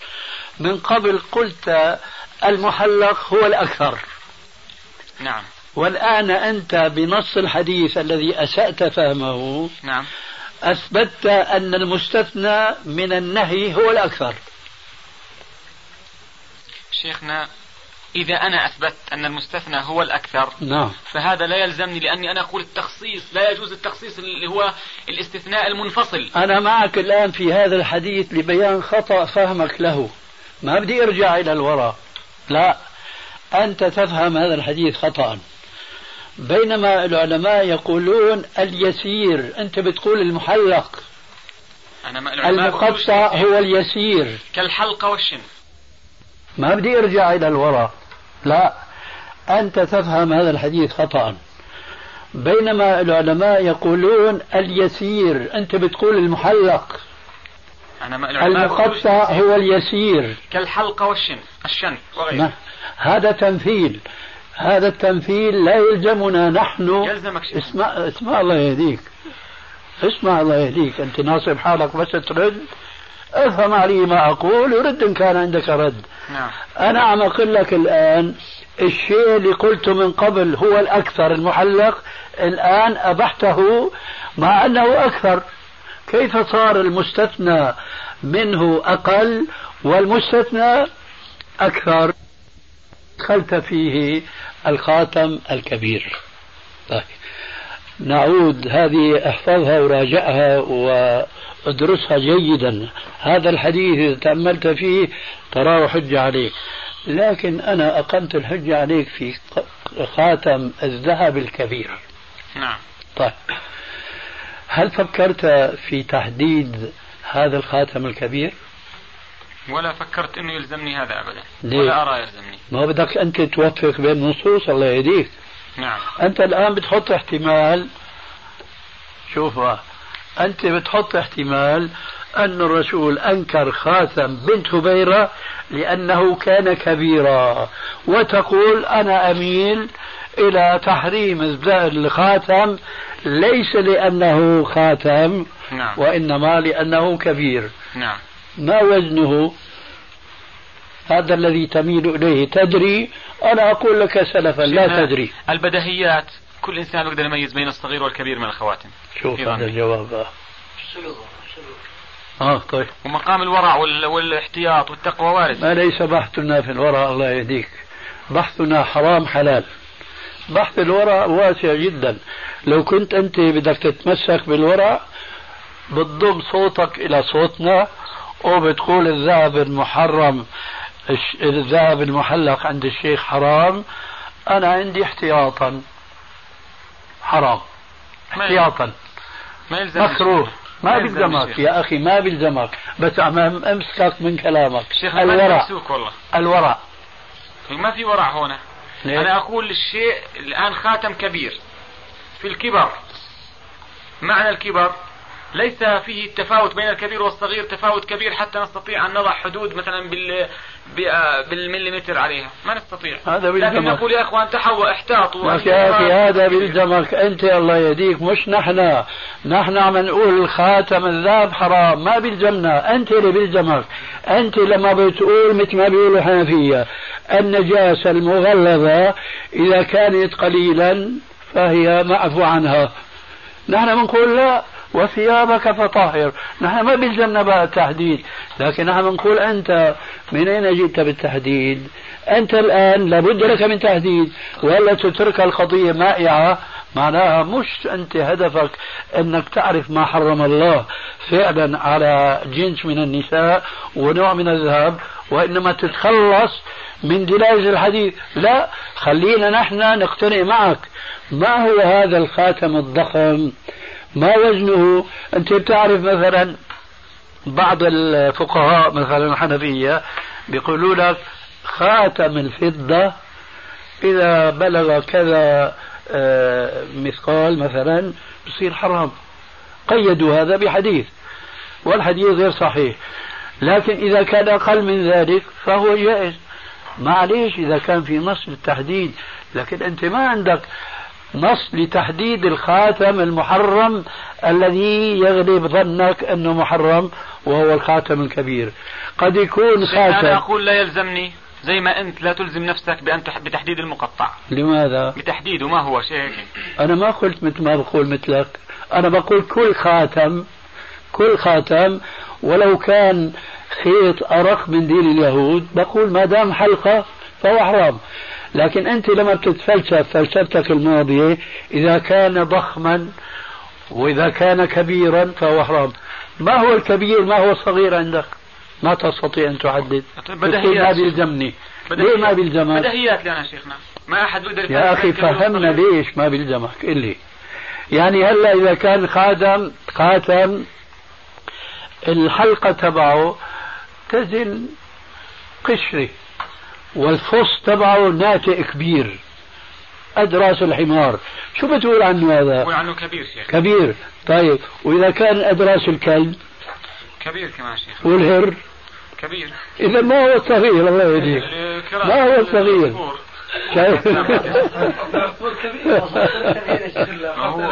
[SPEAKER 2] من قبل قلت المحلق هو الأكثر
[SPEAKER 3] نعم
[SPEAKER 2] والآن أنت بنص الحديث الذي أسأت فهمه
[SPEAKER 3] نعم
[SPEAKER 2] أثبتت أن المستثنى من النهي هو الأكثر
[SPEAKER 3] شيخنا اذا انا اثبت ان المستثنى هو الاكثر
[SPEAKER 2] نعم
[SPEAKER 3] فهذا لا يلزمني لاني انا اقول التخصيص لا يجوز التخصيص اللي هو الاستثناء المنفصل
[SPEAKER 2] أنا معك الآن في هذا الحديث لبيان خطأ فهمك له ما بدي أرجع إلى الوراء لا أنت تفهم هذا الحديث خطأ بينما العلماء يقولون اليسير أنت بتقول المحلق
[SPEAKER 3] انا ما العلماء إيه، بيقولوا
[SPEAKER 2] المقطع
[SPEAKER 3] شيء.
[SPEAKER 2] هو اليسير
[SPEAKER 3] كالحلقه والشن
[SPEAKER 2] ما بدي ارجع الى الوراء لا انت تفهم هذا الحديث خطا بينما العلماء يقولون اليسير انت بتقول المحلق
[SPEAKER 3] أنا ما العلماء إيه،
[SPEAKER 2] المقطع هو اليسير
[SPEAKER 3] كالحلقة والشنف الشنف نعم، وغيره
[SPEAKER 2] ما- نعم. هذا تمثيل هذا التمثيل لا يلزمنا نحن
[SPEAKER 3] يلزمك شيء
[SPEAKER 2] اسمع اسمع الله يهديك اسمع الله يهديك انت ناصب حالك بس ترد افهم علي ما اقول ورد ان كان عندك رد
[SPEAKER 3] نعم
[SPEAKER 2] انا عم اقول لك الان الشيء اللي قلته من قبل هو الاكثر المحلق الان ابحته مع انه اكثر كيف صار المستثنى منه اقل والمستثنى اكثر دخلت فيه الخاتم الكبير طيب نعود هذه احفظها وراجعها وادرسها جيدا هذا الحديث اذا تاملت فيه تراه حجه عليك لكن انا اقمت الحجه عليك في ق- خاتم الذهب الكبير
[SPEAKER 3] نعم
[SPEAKER 2] طيب هل فكرت في تحديد هذا الخاتم الكبير؟
[SPEAKER 3] ولا فكرت أنه يلزمني هذا أبدا
[SPEAKER 2] ليه؟
[SPEAKER 3] ولا أرى يلزمني
[SPEAKER 2] ما بدك انت توفق بين النصوص الله يهديك
[SPEAKER 3] نعم
[SPEAKER 2] انت الان بتحط احتمال شوفها انت بتحط احتمال ان الرسول انكر خاتم بنت هبيره لانه كان كبيرا وتقول انا اميل الى تحريم الخاتم ليس لانه خاتم
[SPEAKER 3] نعم
[SPEAKER 2] وانما لانه كبير
[SPEAKER 3] نعم
[SPEAKER 2] ما وزنه هذا الذي تميل اليه تدري انا اقول لك سلفا لا
[SPEAKER 3] شيخنا،
[SPEAKER 2] تدري
[SPEAKER 3] البديهيات كل إنسان بيقدر يميز بين الصغير والكبير من الخواتم
[SPEAKER 2] شوف
[SPEAKER 3] في
[SPEAKER 2] هذا
[SPEAKER 3] ظني.
[SPEAKER 2] الجواب آه. اه طيب
[SPEAKER 3] ومقام الورع وال... والاحتياط والتقوى وارد
[SPEAKER 2] ما ليس بحثنا في الورع الله يهديك بحثنا حرام حلال بحث الورع واسع جدا لو كنت انت بدك تتمسك بالورع بتضم صوتك الى صوتنا وبتقول الذهب المحرم الش- الذهب المحلق عند الشيخ حرام انا عندي احتياطا حرام
[SPEAKER 3] ما-
[SPEAKER 2] احتياطا
[SPEAKER 3] ما يلزم
[SPEAKER 2] مكروه ما
[SPEAKER 3] يلزم
[SPEAKER 2] بيلزمك
[SPEAKER 3] شيخ.
[SPEAKER 2] يا اخي ما بيلزمك بس عم امسكك من كلامك
[SPEAKER 3] شيخ ما
[SPEAKER 2] الورع
[SPEAKER 3] يسوق والله
[SPEAKER 2] الورع إيه؟
[SPEAKER 3] ما في ورع هنا
[SPEAKER 2] ليه؟
[SPEAKER 3] أنا أقول الشيء الآن خاتم كبير في الكبر معنى الكبر ليس فيه التفاوت بين الكبير والصغير تفاوت كبير حتى نستطيع أن نضع حدود مثلا بال ب- آه، بالمليمتر عليها ما نستطيع
[SPEAKER 2] هذا
[SPEAKER 3] لكن
[SPEAKER 2] بالجمال
[SPEAKER 3] نقول يا إخوان تحوى احتاطوا
[SPEAKER 2] لك يا
[SPEAKER 3] أنتم-
[SPEAKER 2] اخي هذا بيلزمك انت الله يهديك مش نحن نحن عم نقول الخاتم الذهب حرام ما بيلزمنا انت اللي بيلزمك انت لما بتقول مثل ما بيقولوا الحنفيه النجاسه المغلظه اذا كانت قليلا فهي معفو عنها نحن بنقول لا وثيابك فطهر نحن ما بيلزمنا بقى التحديد لكن نحن بنقول أنت من أين جئت بالتحديد أنت الآن لابد لك من تحديد ولا تترك القضية مائعة معناها مش أنت هدفك أنك تعرف ما حرم الله فعلا على جنس من النساء ونوع من الذهب وإنما تتخلص من دلائل الحديث لا خلينا نحن نقتنع معك ما هو هذا الخاتم الضخم ما وزنه أنت بتعرف مثلا بعض الفقهاء مثلا الحنفية بيقولوا لك خاتم الفضة إذا بلغ كذا آه، مثقال مثلا بصير حرام قيدوا هذا بحديث والحديث غير صحيح لكن إذا كان أقل من ذلك فهو جائز معليش إذا كان في نص للتحديد لكن أنت ما عندك نص لتحديد الخاتم المحرم الذي يغلب ظنك أنه محرم وهو الخاتم الكبير قد يكون
[SPEAKER 3] شيخ، أنا
[SPEAKER 2] خاتم
[SPEAKER 3] أقول لا يلزمني زي ما أنت لا تلزم نفسك بأن تح... بتحديد المقطع
[SPEAKER 2] لماذا؟
[SPEAKER 3] بتحديده ما هو شيء
[SPEAKER 2] أنا ما قلت مثل ما بقول مثلك أنا بقول كل خاتم كل خاتم ولو كان خيط أرق من دين اليهود بقول ما دام حلقة فهو حرام لكن أنت لما بتتفلسف فلسفتك الماضية إذا كان ضخما وإذا كان كبيرا فهو حرام ما هو الكبير ما هو الصغير عندك ما تستطيع أن تحدد بتقول ما
[SPEAKER 3] بديهيات
[SPEAKER 2] بيلزمني ليه
[SPEAKER 3] بديهيات.
[SPEAKER 2] ما بيلزمك
[SPEAKER 3] بديهيات لنا شيخنا ما أحد بيقدر يفرق
[SPEAKER 2] يا اخي
[SPEAKER 3] بين كبير
[SPEAKER 2] فهمنا
[SPEAKER 3] وصغير.
[SPEAKER 2] ليش ما بيلزمك اللي يعني هلا اذا كان خاتم خاتم الحلقه تبعه تزن قشره والفص تبعه ناتئ كبير قد راس الحمار شو بتقول عنه هذا
[SPEAKER 3] يقول عنه كبير شيخ
[SPEAKER 2] كبير طيب واذا كان قد راس الكلب
[SPEAKER 3] كبير كمان شيخ
[SPEAKER 4] والهر
[SPEAKER 3] كبير
[SPEAKER 4] إذا ما هو الصغير الله يهديك
[SPEAKER 3] الكرام.
[SPEAKER 4] ما هو الصغير؟ شايف؟
[SPEAKER 3] ما هو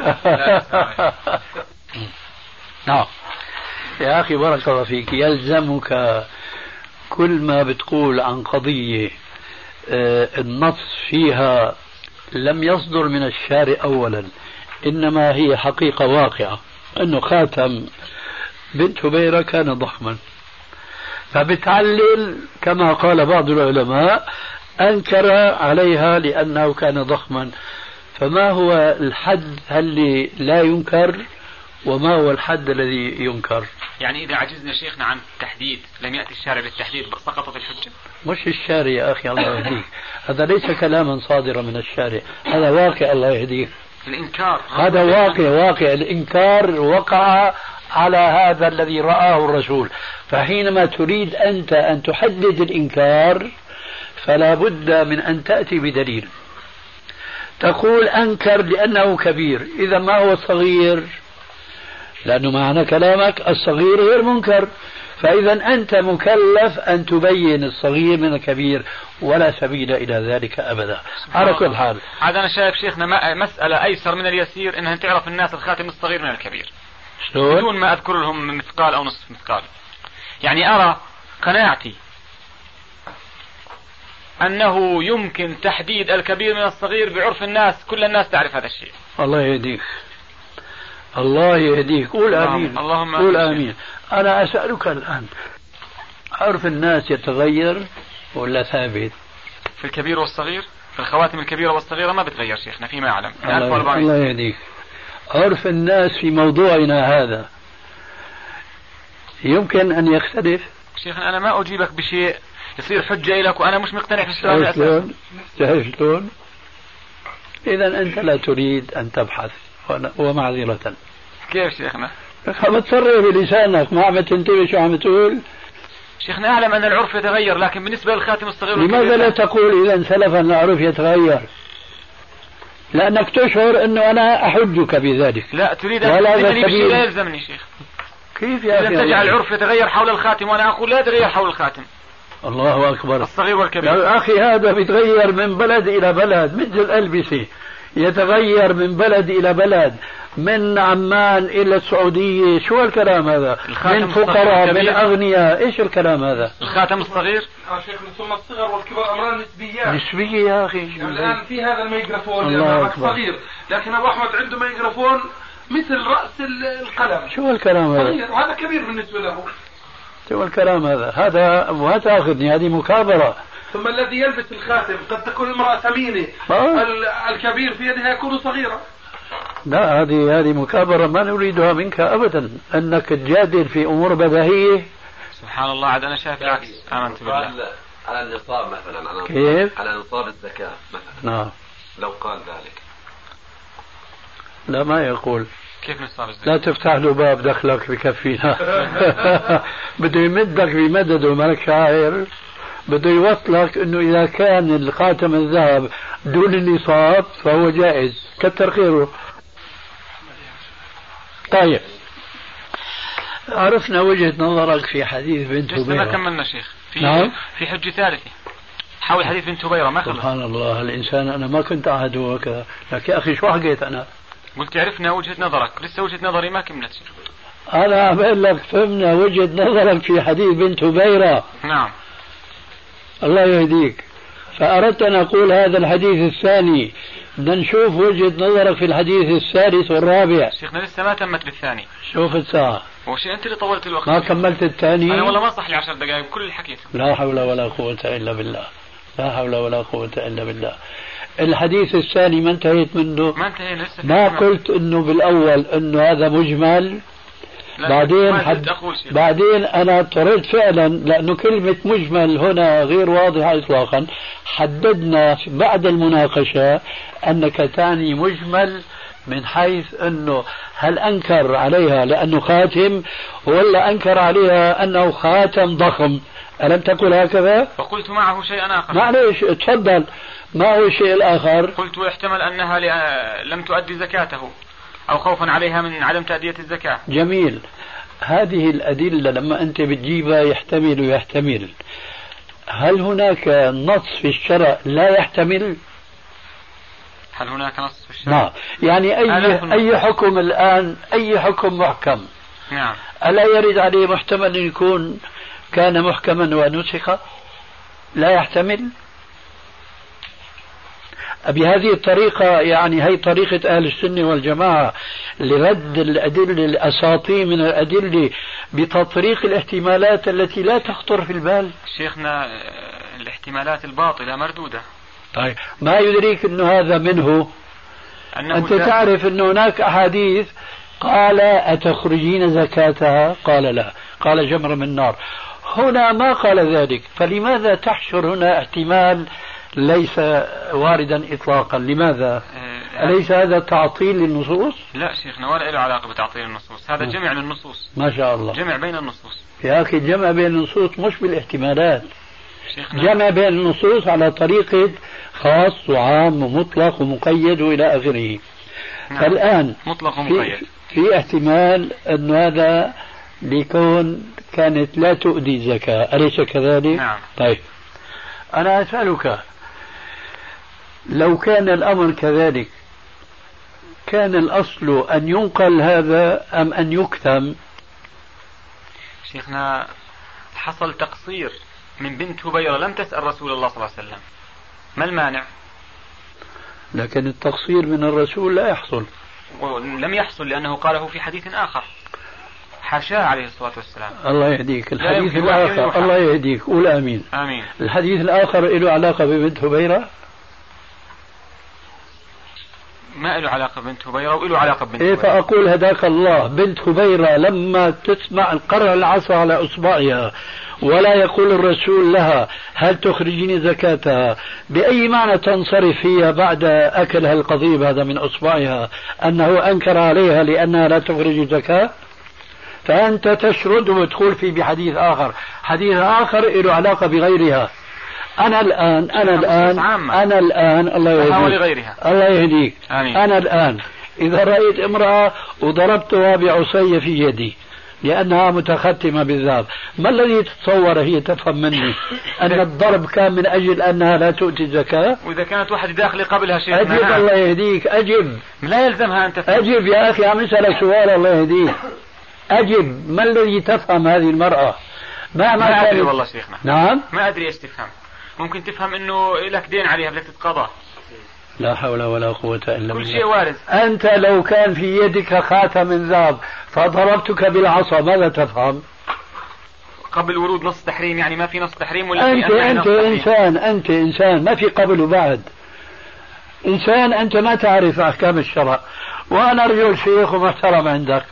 [SPEAKER 2] نعم يا أخي بارك الله فيك يلزمك كل ما بتقول عن قضية آه، النص فيها لم يصدر من الشارع أولا إنما هي حقيقة واقعة أنه خاتم بنت هبيرة كان ضخما فبتعلل كما قال بعض العلماء أنكر عليها لأنه كان ضخما فما هو الحد اللي لا ينكر وما هو الحد الذي ينكر
[SPEAKER 3] يعني اذا عجزنا شيخنا عن التحديد لم ياتي الشارع بالتحديد سقطت الحجه
[SPEAKER 2] مش الشارع يا أخي الله يهديك هذا ليس كلاما صادرا من الشارع هذا واقع الله يهديك
[SPEAKER 3] الانكار
[SPEAKER 2] هذا واقع واقع الإنكار وقع على هذا الذي رآه الرسول فحينما تريد أنت أن تحدد الإنكار فلا بد من أن تأتي بدليل تقول أنكر لأنه كبير إذا ما هو صغير لأنه معنى كلامك الصغير غير منكر فإذا أنت مكلف أن تبين الصغير من الكبير ولا سبيل إلى ذلك أبدا على كل حال
[SPEAKER 3] عاد انا شايف شيخنا ما- مساله ايسر من اليسير انها تعرف الناس الخاتم الصغير من الكبير
[SPEAKER 2] شلون؟
[SPEAKER 3] بدون ما اذكر لهم من مثقال او نصف مثقال يعني ارى قناعتي انه يمكن تحديد الكبير من الصغير بعرف الناس كل الناس تعرف هذا الشيء
[SPEAKER 2] الله يهديك الله يهديك قول
[SPEAKER 3] اللهم-
[SPEAKER 2] امين
[SPEAKER 3] اللهم
[SPEAKER 2] قول
[SPEAKER 3] آمين.
[SPEAKER 2] امين انا اسالك الان عرف الناس يتغير ولا ثابت؟
[SPEAKER 3] في الكبير والصغير في الخواتم الكبيره والصغيره ما بتغير شيخنا فيما يعني اعلم من
[SPEAKER 2] الله
[SPEAKER 3] 1400
[SPEAKER 2] الله يهديك عرف الناس في موضوعنا هذا يمكن ان يختلف
[SPEAKER 3] شيخنا انا ما اجيبك بشيء يصير حجه لك وانا مش مقتنع في الشرع
[SPEAKER 2] تعرف
[SPEAKER 3] بالأساس.
[SPEAKER 2] شلون؟ تعرف شلون؟ اذا انت لا تريد ان تبحث وأنا- ومعذره
[SPEAKER 3] كيف شيخنا؟
[SPEAKER 2] عم تصرف بلسانك ما عم تنتبه شو عم تقول
[SPEAKER 3] شيخنا اعلم ان العرف يتغير لكن بالنسبه للخاتم الصغير
[SPEAKER 2] لماذا
[SPEAKER 3] والكبير
[SPEAKER 2] لا تقول اذا سلفا العرف يتغير؟ لانك تشعر انه انا احجك بذلك.
[SPEAKER 3] لا تريد
[SPEAKER 2] لا،
[SPEAKER 3] ان
[SPEAKER 2] لا، لا
[SPEAKER 3] تلزمني بشيء
[SPEAKER 2] سبيل.
[SPEAKER 3] لا يلزمني شيخ
[SPEAKER 2] كيف يا
[SPEAKER 3] اذا
[SPEAKER 2] اخي؟
[SPEAKER 3] تجعل
[SPEAKER 2] الله-
[SPEAKER 3] العرف يتغير حول الخاتم وانا اقول لا يتغير حول الخاتم
[SPEAKER 2] الله اكبر.
[SPEAKER 3] الصغير والكبير
[SPEAKER 2] يا اخي هذا بيتغير من بلد الى بلد مثل الالبسه يتغير من بلد الى بلد من عمان الى السعوديه شو الكلام هذا؟
[SPEAKER 3] الخاتم
[SPEAKER 2] من
[SPEAKER 3] الصغير
[SPEAKER 2] فقراء من
[SPEAKER 3] الكبير.
[SPEAKER 2] اغنياء ايش الكلام هذا؟
[SPEAKER 3] الخاتم الصغير
[SPEAKER 5] آه شيخ ثم الصغر والكبار امران نسبيان
[SPEAKER 2] نسبيه يا اخي
[SPEAKER 5] يعني الان في هذا الميكروفون اللي
[SPEAKER 2] الله
[SPEAKER 5] امامك
[SPEAKER 2] أكبر.
[SPEAKER 5] صغير لكن ابو احمد عنده ميكروفون مثل راس ال- القلم
[SPEAKER 2] شو الكلام هذا؟
[SPEAKER 5] صغير وهذا كبير بالنسبه له
[SPEAKER 2] شو الكلام هذا؟ هذا ما تاخذني هذه مكابره
[SPEAKER 5] ثم الذي يلبس الخاتم قد تكون المراه ثمينه
[SPEAKER 2] آه.
[SPEAKER 5] ال- الكبير في يدها يكون صغيرا
[SPEAKER 2] لا هذه هذه مكابرة ما نريدها منك أبدا أنك تجادل في أمور بديهية
[SPEAKER 3] سبحان الله عاد انا شايف العكس امنت بالله
[SPEAKER 6] قال على النصاب مثلا على
[SPEAKER 2] كيف؟
[SPEAKER 6] على نصاب الزكاة مثلا
[SPEAKER 2] نعم
[SPEAKER 6] لو قال ذلك
[SPEAKER 2] لا ما يقول
[SPEAKER 3] كيف نصاب
[SPEAKER 2] لا
[SPEAKER 3] الزكاه؟
[SPEAKER 2] تفتح له باب دخلك بكفينا بده يمدك بمدده مالك شاعر بده يوصلك انه اذا كان الخاتم الذهب دون النصاب فهو جائز كتر خيره طيب عرفنا وجهة نظرك في حديث بنت
[SPEAKER 3] لسه ما
[SPEAKER 2] هبيرة
[SPEAKER 3] كملنا شيخ في
[SPEAKER 2] نعم.
[SPEAKER 3] في حجه ثالثه حول حديث بنت هبيره ما خلص
[SPEAKER 2] سبحان الله الانسان انا ما كنت اعهده هكذا لك يا اخي شو حكيت انا؟
[SPEAKER 3] قلت عرفنا وجهه نظرك لسه وجهه نظري ما كملت شيخ
[SPEAKER 2] انا عم اقول لك فهمنا وجهه نظرك في حديث بنت هبيره
[SPEAKER 3] نعم
[SPEAKER 2] الله يهديك فاردت ان اقول هذا الحديث الثاني بدنا نشوف وجهه نظرك في الحديث الثالث والرابع
[SPEAKER 3] شيخنا لسه ما تمت بالثاني
[SPEAKER 2] شوف الساعه
[SPEAKER 3] هو شيء انت اللي طولت الوقت
[SPEAKER 2] ما كملت الثاني
[SPEAKER 3] انا والله ما صح لي 10 دقائق كل اللي حكيته
[SPEAKER 2] لا حول ولا قوة إلا بالله لا حول ولا قوة إلا بالله الحديث الثاني ما انتهيت منه
[SPEAKER 3] ما انتهينا لسه في
[SPEAKER 2] ما
[SPEAKER 3] كمان.
[SPEAKER 2] قلت انه بالاول انه هذا مجمل
[SPEAKER 3] لا،
[SPEAKER 2] بعدين
[SPEAKER 3] ما
[SPEAKER 2] حد
[SPEAKER 3] حد اقول شيء
[SPEAKER 2] بعدين انا اضطريت فعلا لانه كلمه مجمل هنا غير واضحه اطلاقا حددنا بعد المناقشه انك تعني مجمل من حيث انه هل انكر عليها لانه خاتم ولا انكر عليها انه خاتم ضخم الم تقل هكذا؟
[SPEAKER 3] وقلت معه شيئا اخر
[SPEAKER 2] معلش تفضل ما هو الشيء الاخر؟
[SPEAKER 3] قلت يحتمل انها لأ- لم تؤدي زكاته او خوفا عليها من عدم تاديه الزكاه
[SPEAKER 2] جميل هذه الأدلة لما أنت بتجيبها يحتمل ويحتمل هل هناك نص في الشرع لا يحتمل؟
[SPEAKER 3] هل هناك نص في الشرع؟
[SPEAKER 2] نعم يعني
[SPEAKER 3] آلاف
[SPEAKER 2] أي
[SPEAKER 3] النصوص.
[SPEAKER 2] أي حكم الآن أي حكم محكم
[SPEAKER 3] نعم
[SPEAKER 2] ألا يرد عليه محتمل أن يكون كان محكما ونسخ لا يحتمل بهذه الطريقة يعني هي طريقة أهل السنة والجماعة لرد الأدلة الأساطير من الأدلة بتطريق الاحتمالات التي لا تخطر في البال
[SPEAKER 3] شيخنا آه، الاحتمالات الباطلة مردودة
[SPEAKER 2] طيب ما يدريك أنه هذا منه
[SPEAKER 3] أنه
[SPEAKER 2] أنت
[SPEAKER 3] لا-
[SPEAKER 2] تعرف أن هناك أحاديث قال أتخرجين زكاتها قال لا قال جمر من نار هنا ما قال ذلك فلماذا تحشر هنا احتمال ليس واردا إطلاقا لماذا
[SPEAKER 3] آه،
[SPEAKER 2] أليس هذا تعطيل للنصوص
[SPEAKER 3] لا شيخنا ولا له علاقة بتعطيل النصوص
[SPEAKER 2] نعم.
[SPEAKER 3] هذا جمع للنصوص
[SPEAKER 2] ما شاء الله
[SPEAKER 3] جمع بين النصوص
[SPEAKER 2] يا أخي الجمع بين النصوص مش بالاحتمالات
[SPEAKER 3] شيخنا
[SPEAKER 2] جمع بين النصوص على طريقة خاص وعام ومطلق ومقيد وإلى آخره
[SPEAKER 3] نعم.
[SPEAKER 2] فالآن
[SPEAKER 3] مطلق
[SPEAKER 2] في,
[SPEAKER 3] ومقيد
[SPEAKER 2] في احتمال أن هذا لكون كانت لا تؤدي الزكاة أليس كذلك؟
[SPEAKER 3] نعم.
[SPEAKER 2] طيب أنا أسألك لو كان الأمر كذلك كان الأصل أن ينقل هذا أم أن يكتم
[SPEAKER 3] شيخنا حصل تقصير من بنت هبيرة لم تسأل رسول الله صلى الله عليه وسلم ما المانع؟
[SPEAKER 2] لكن التقصير من الرسول لا يحصل
[SPEAKER 3] لم يحصل لأنه قاله في حديث آخر حاشاه عليه الصلاة والسلام
[SPEAKER 2] الله يهديك الحديث
[SPEAKER 3] يمكن وحي
[SPEAKER 2] الآخر
[SPEAKER 3] يوحى.
[SPEAKER 2] الله يهديك قول آمين
[SPEAKER 3] آمين
[SPEAKER 2] الحديث الآخر له علاقة ببنت هبيرة
[SPEAKER 3] ما له علاقة ببنت هبيرة وله علاقة ببنت
[SPEAKER 2] إيه
[SPEAKER 3] هبيرة
[SPEAKER 2] فأقول هداك الله بنت هبيرة لما تسمع القرع العصا على إصبعها ولا يقول الرسول لها هل تخرجين زكاتها بأي معنى تنصرف هي بعد أكل هالقضيب هذا من إصبعها أنه أنكر عليها لأنها لا تخرج زكاة فأنت تشرد وتقول في بحديث آخر حديث آخر له علاقة بغيرها أنا الآن أنا الآن
[SPEAKER 3] عامة.
[SPEAKER 2] أنا الآن الله
[SPEAKER 3] تحاول
[SPEAKER 2] يهديك
[SPEAKER 3] غيرها
[SPEAKER 2] الله يهديك
[SPEAKER 3] آمين.
[SPEAKER 2] أنا الآن إذا رأيت امرأة وضربتها بعصي في يدي لأنها متختمة بالذهب ما الذي تتصور هي تفهم مني أن الضرب كان من أجل أنها لا تؤتي الزكاة
[SPEAKER 3] وإذا كانت واحدة داخلة قبلها
[SPEAKER 2] أجب
[SPEAKER 3] شيخنا نعم.
[SPEAKER 2] الله يهديك أجب
[SPEAKER 3] لا يلزمها أن تفهم
[SPEAKER 2] أجب يا أخي عم أسألك سؤال الله يهديك أجب ما الذي تفهم هذه المرأة ما ما
[SPEAKER 3] ما أدري
[SPEAKER 2] كانت-
[SPEAKER 3] والله شيخنا
[SPEAKER 2] نعم
[SPEAKER 3] ما أدري إيش تفهم ممكن تفهم إنه لك دين عليها بدك تتقاضاه
[SPEAKER 2] لا حول ولا قوة إلا
[SPEAKER 3] كل
[SPEAKER 2] بالله
[SPEAKER 3] شيء وارد
[SPEAKER 2] أنت لو كان في يدك خاتم من ذهب فضربتك بالعصا ماذا تفهم؟
[SPEAKER 3] قبل ورود نص تحريم يعني ما في نص تحريم ولا في
[SPEAKER 2] أنت
[SPEAKER 3] أنواع نص
[SPEAKER 2] أنت
[SPEAKER 3] تحريم.
[SPEAKER 2] إنسان أنت إنسان ما في قبل وبعد إنسان أنت ما تعرف أحكام الشرع وأنا رجل شيخ ومحترم عندك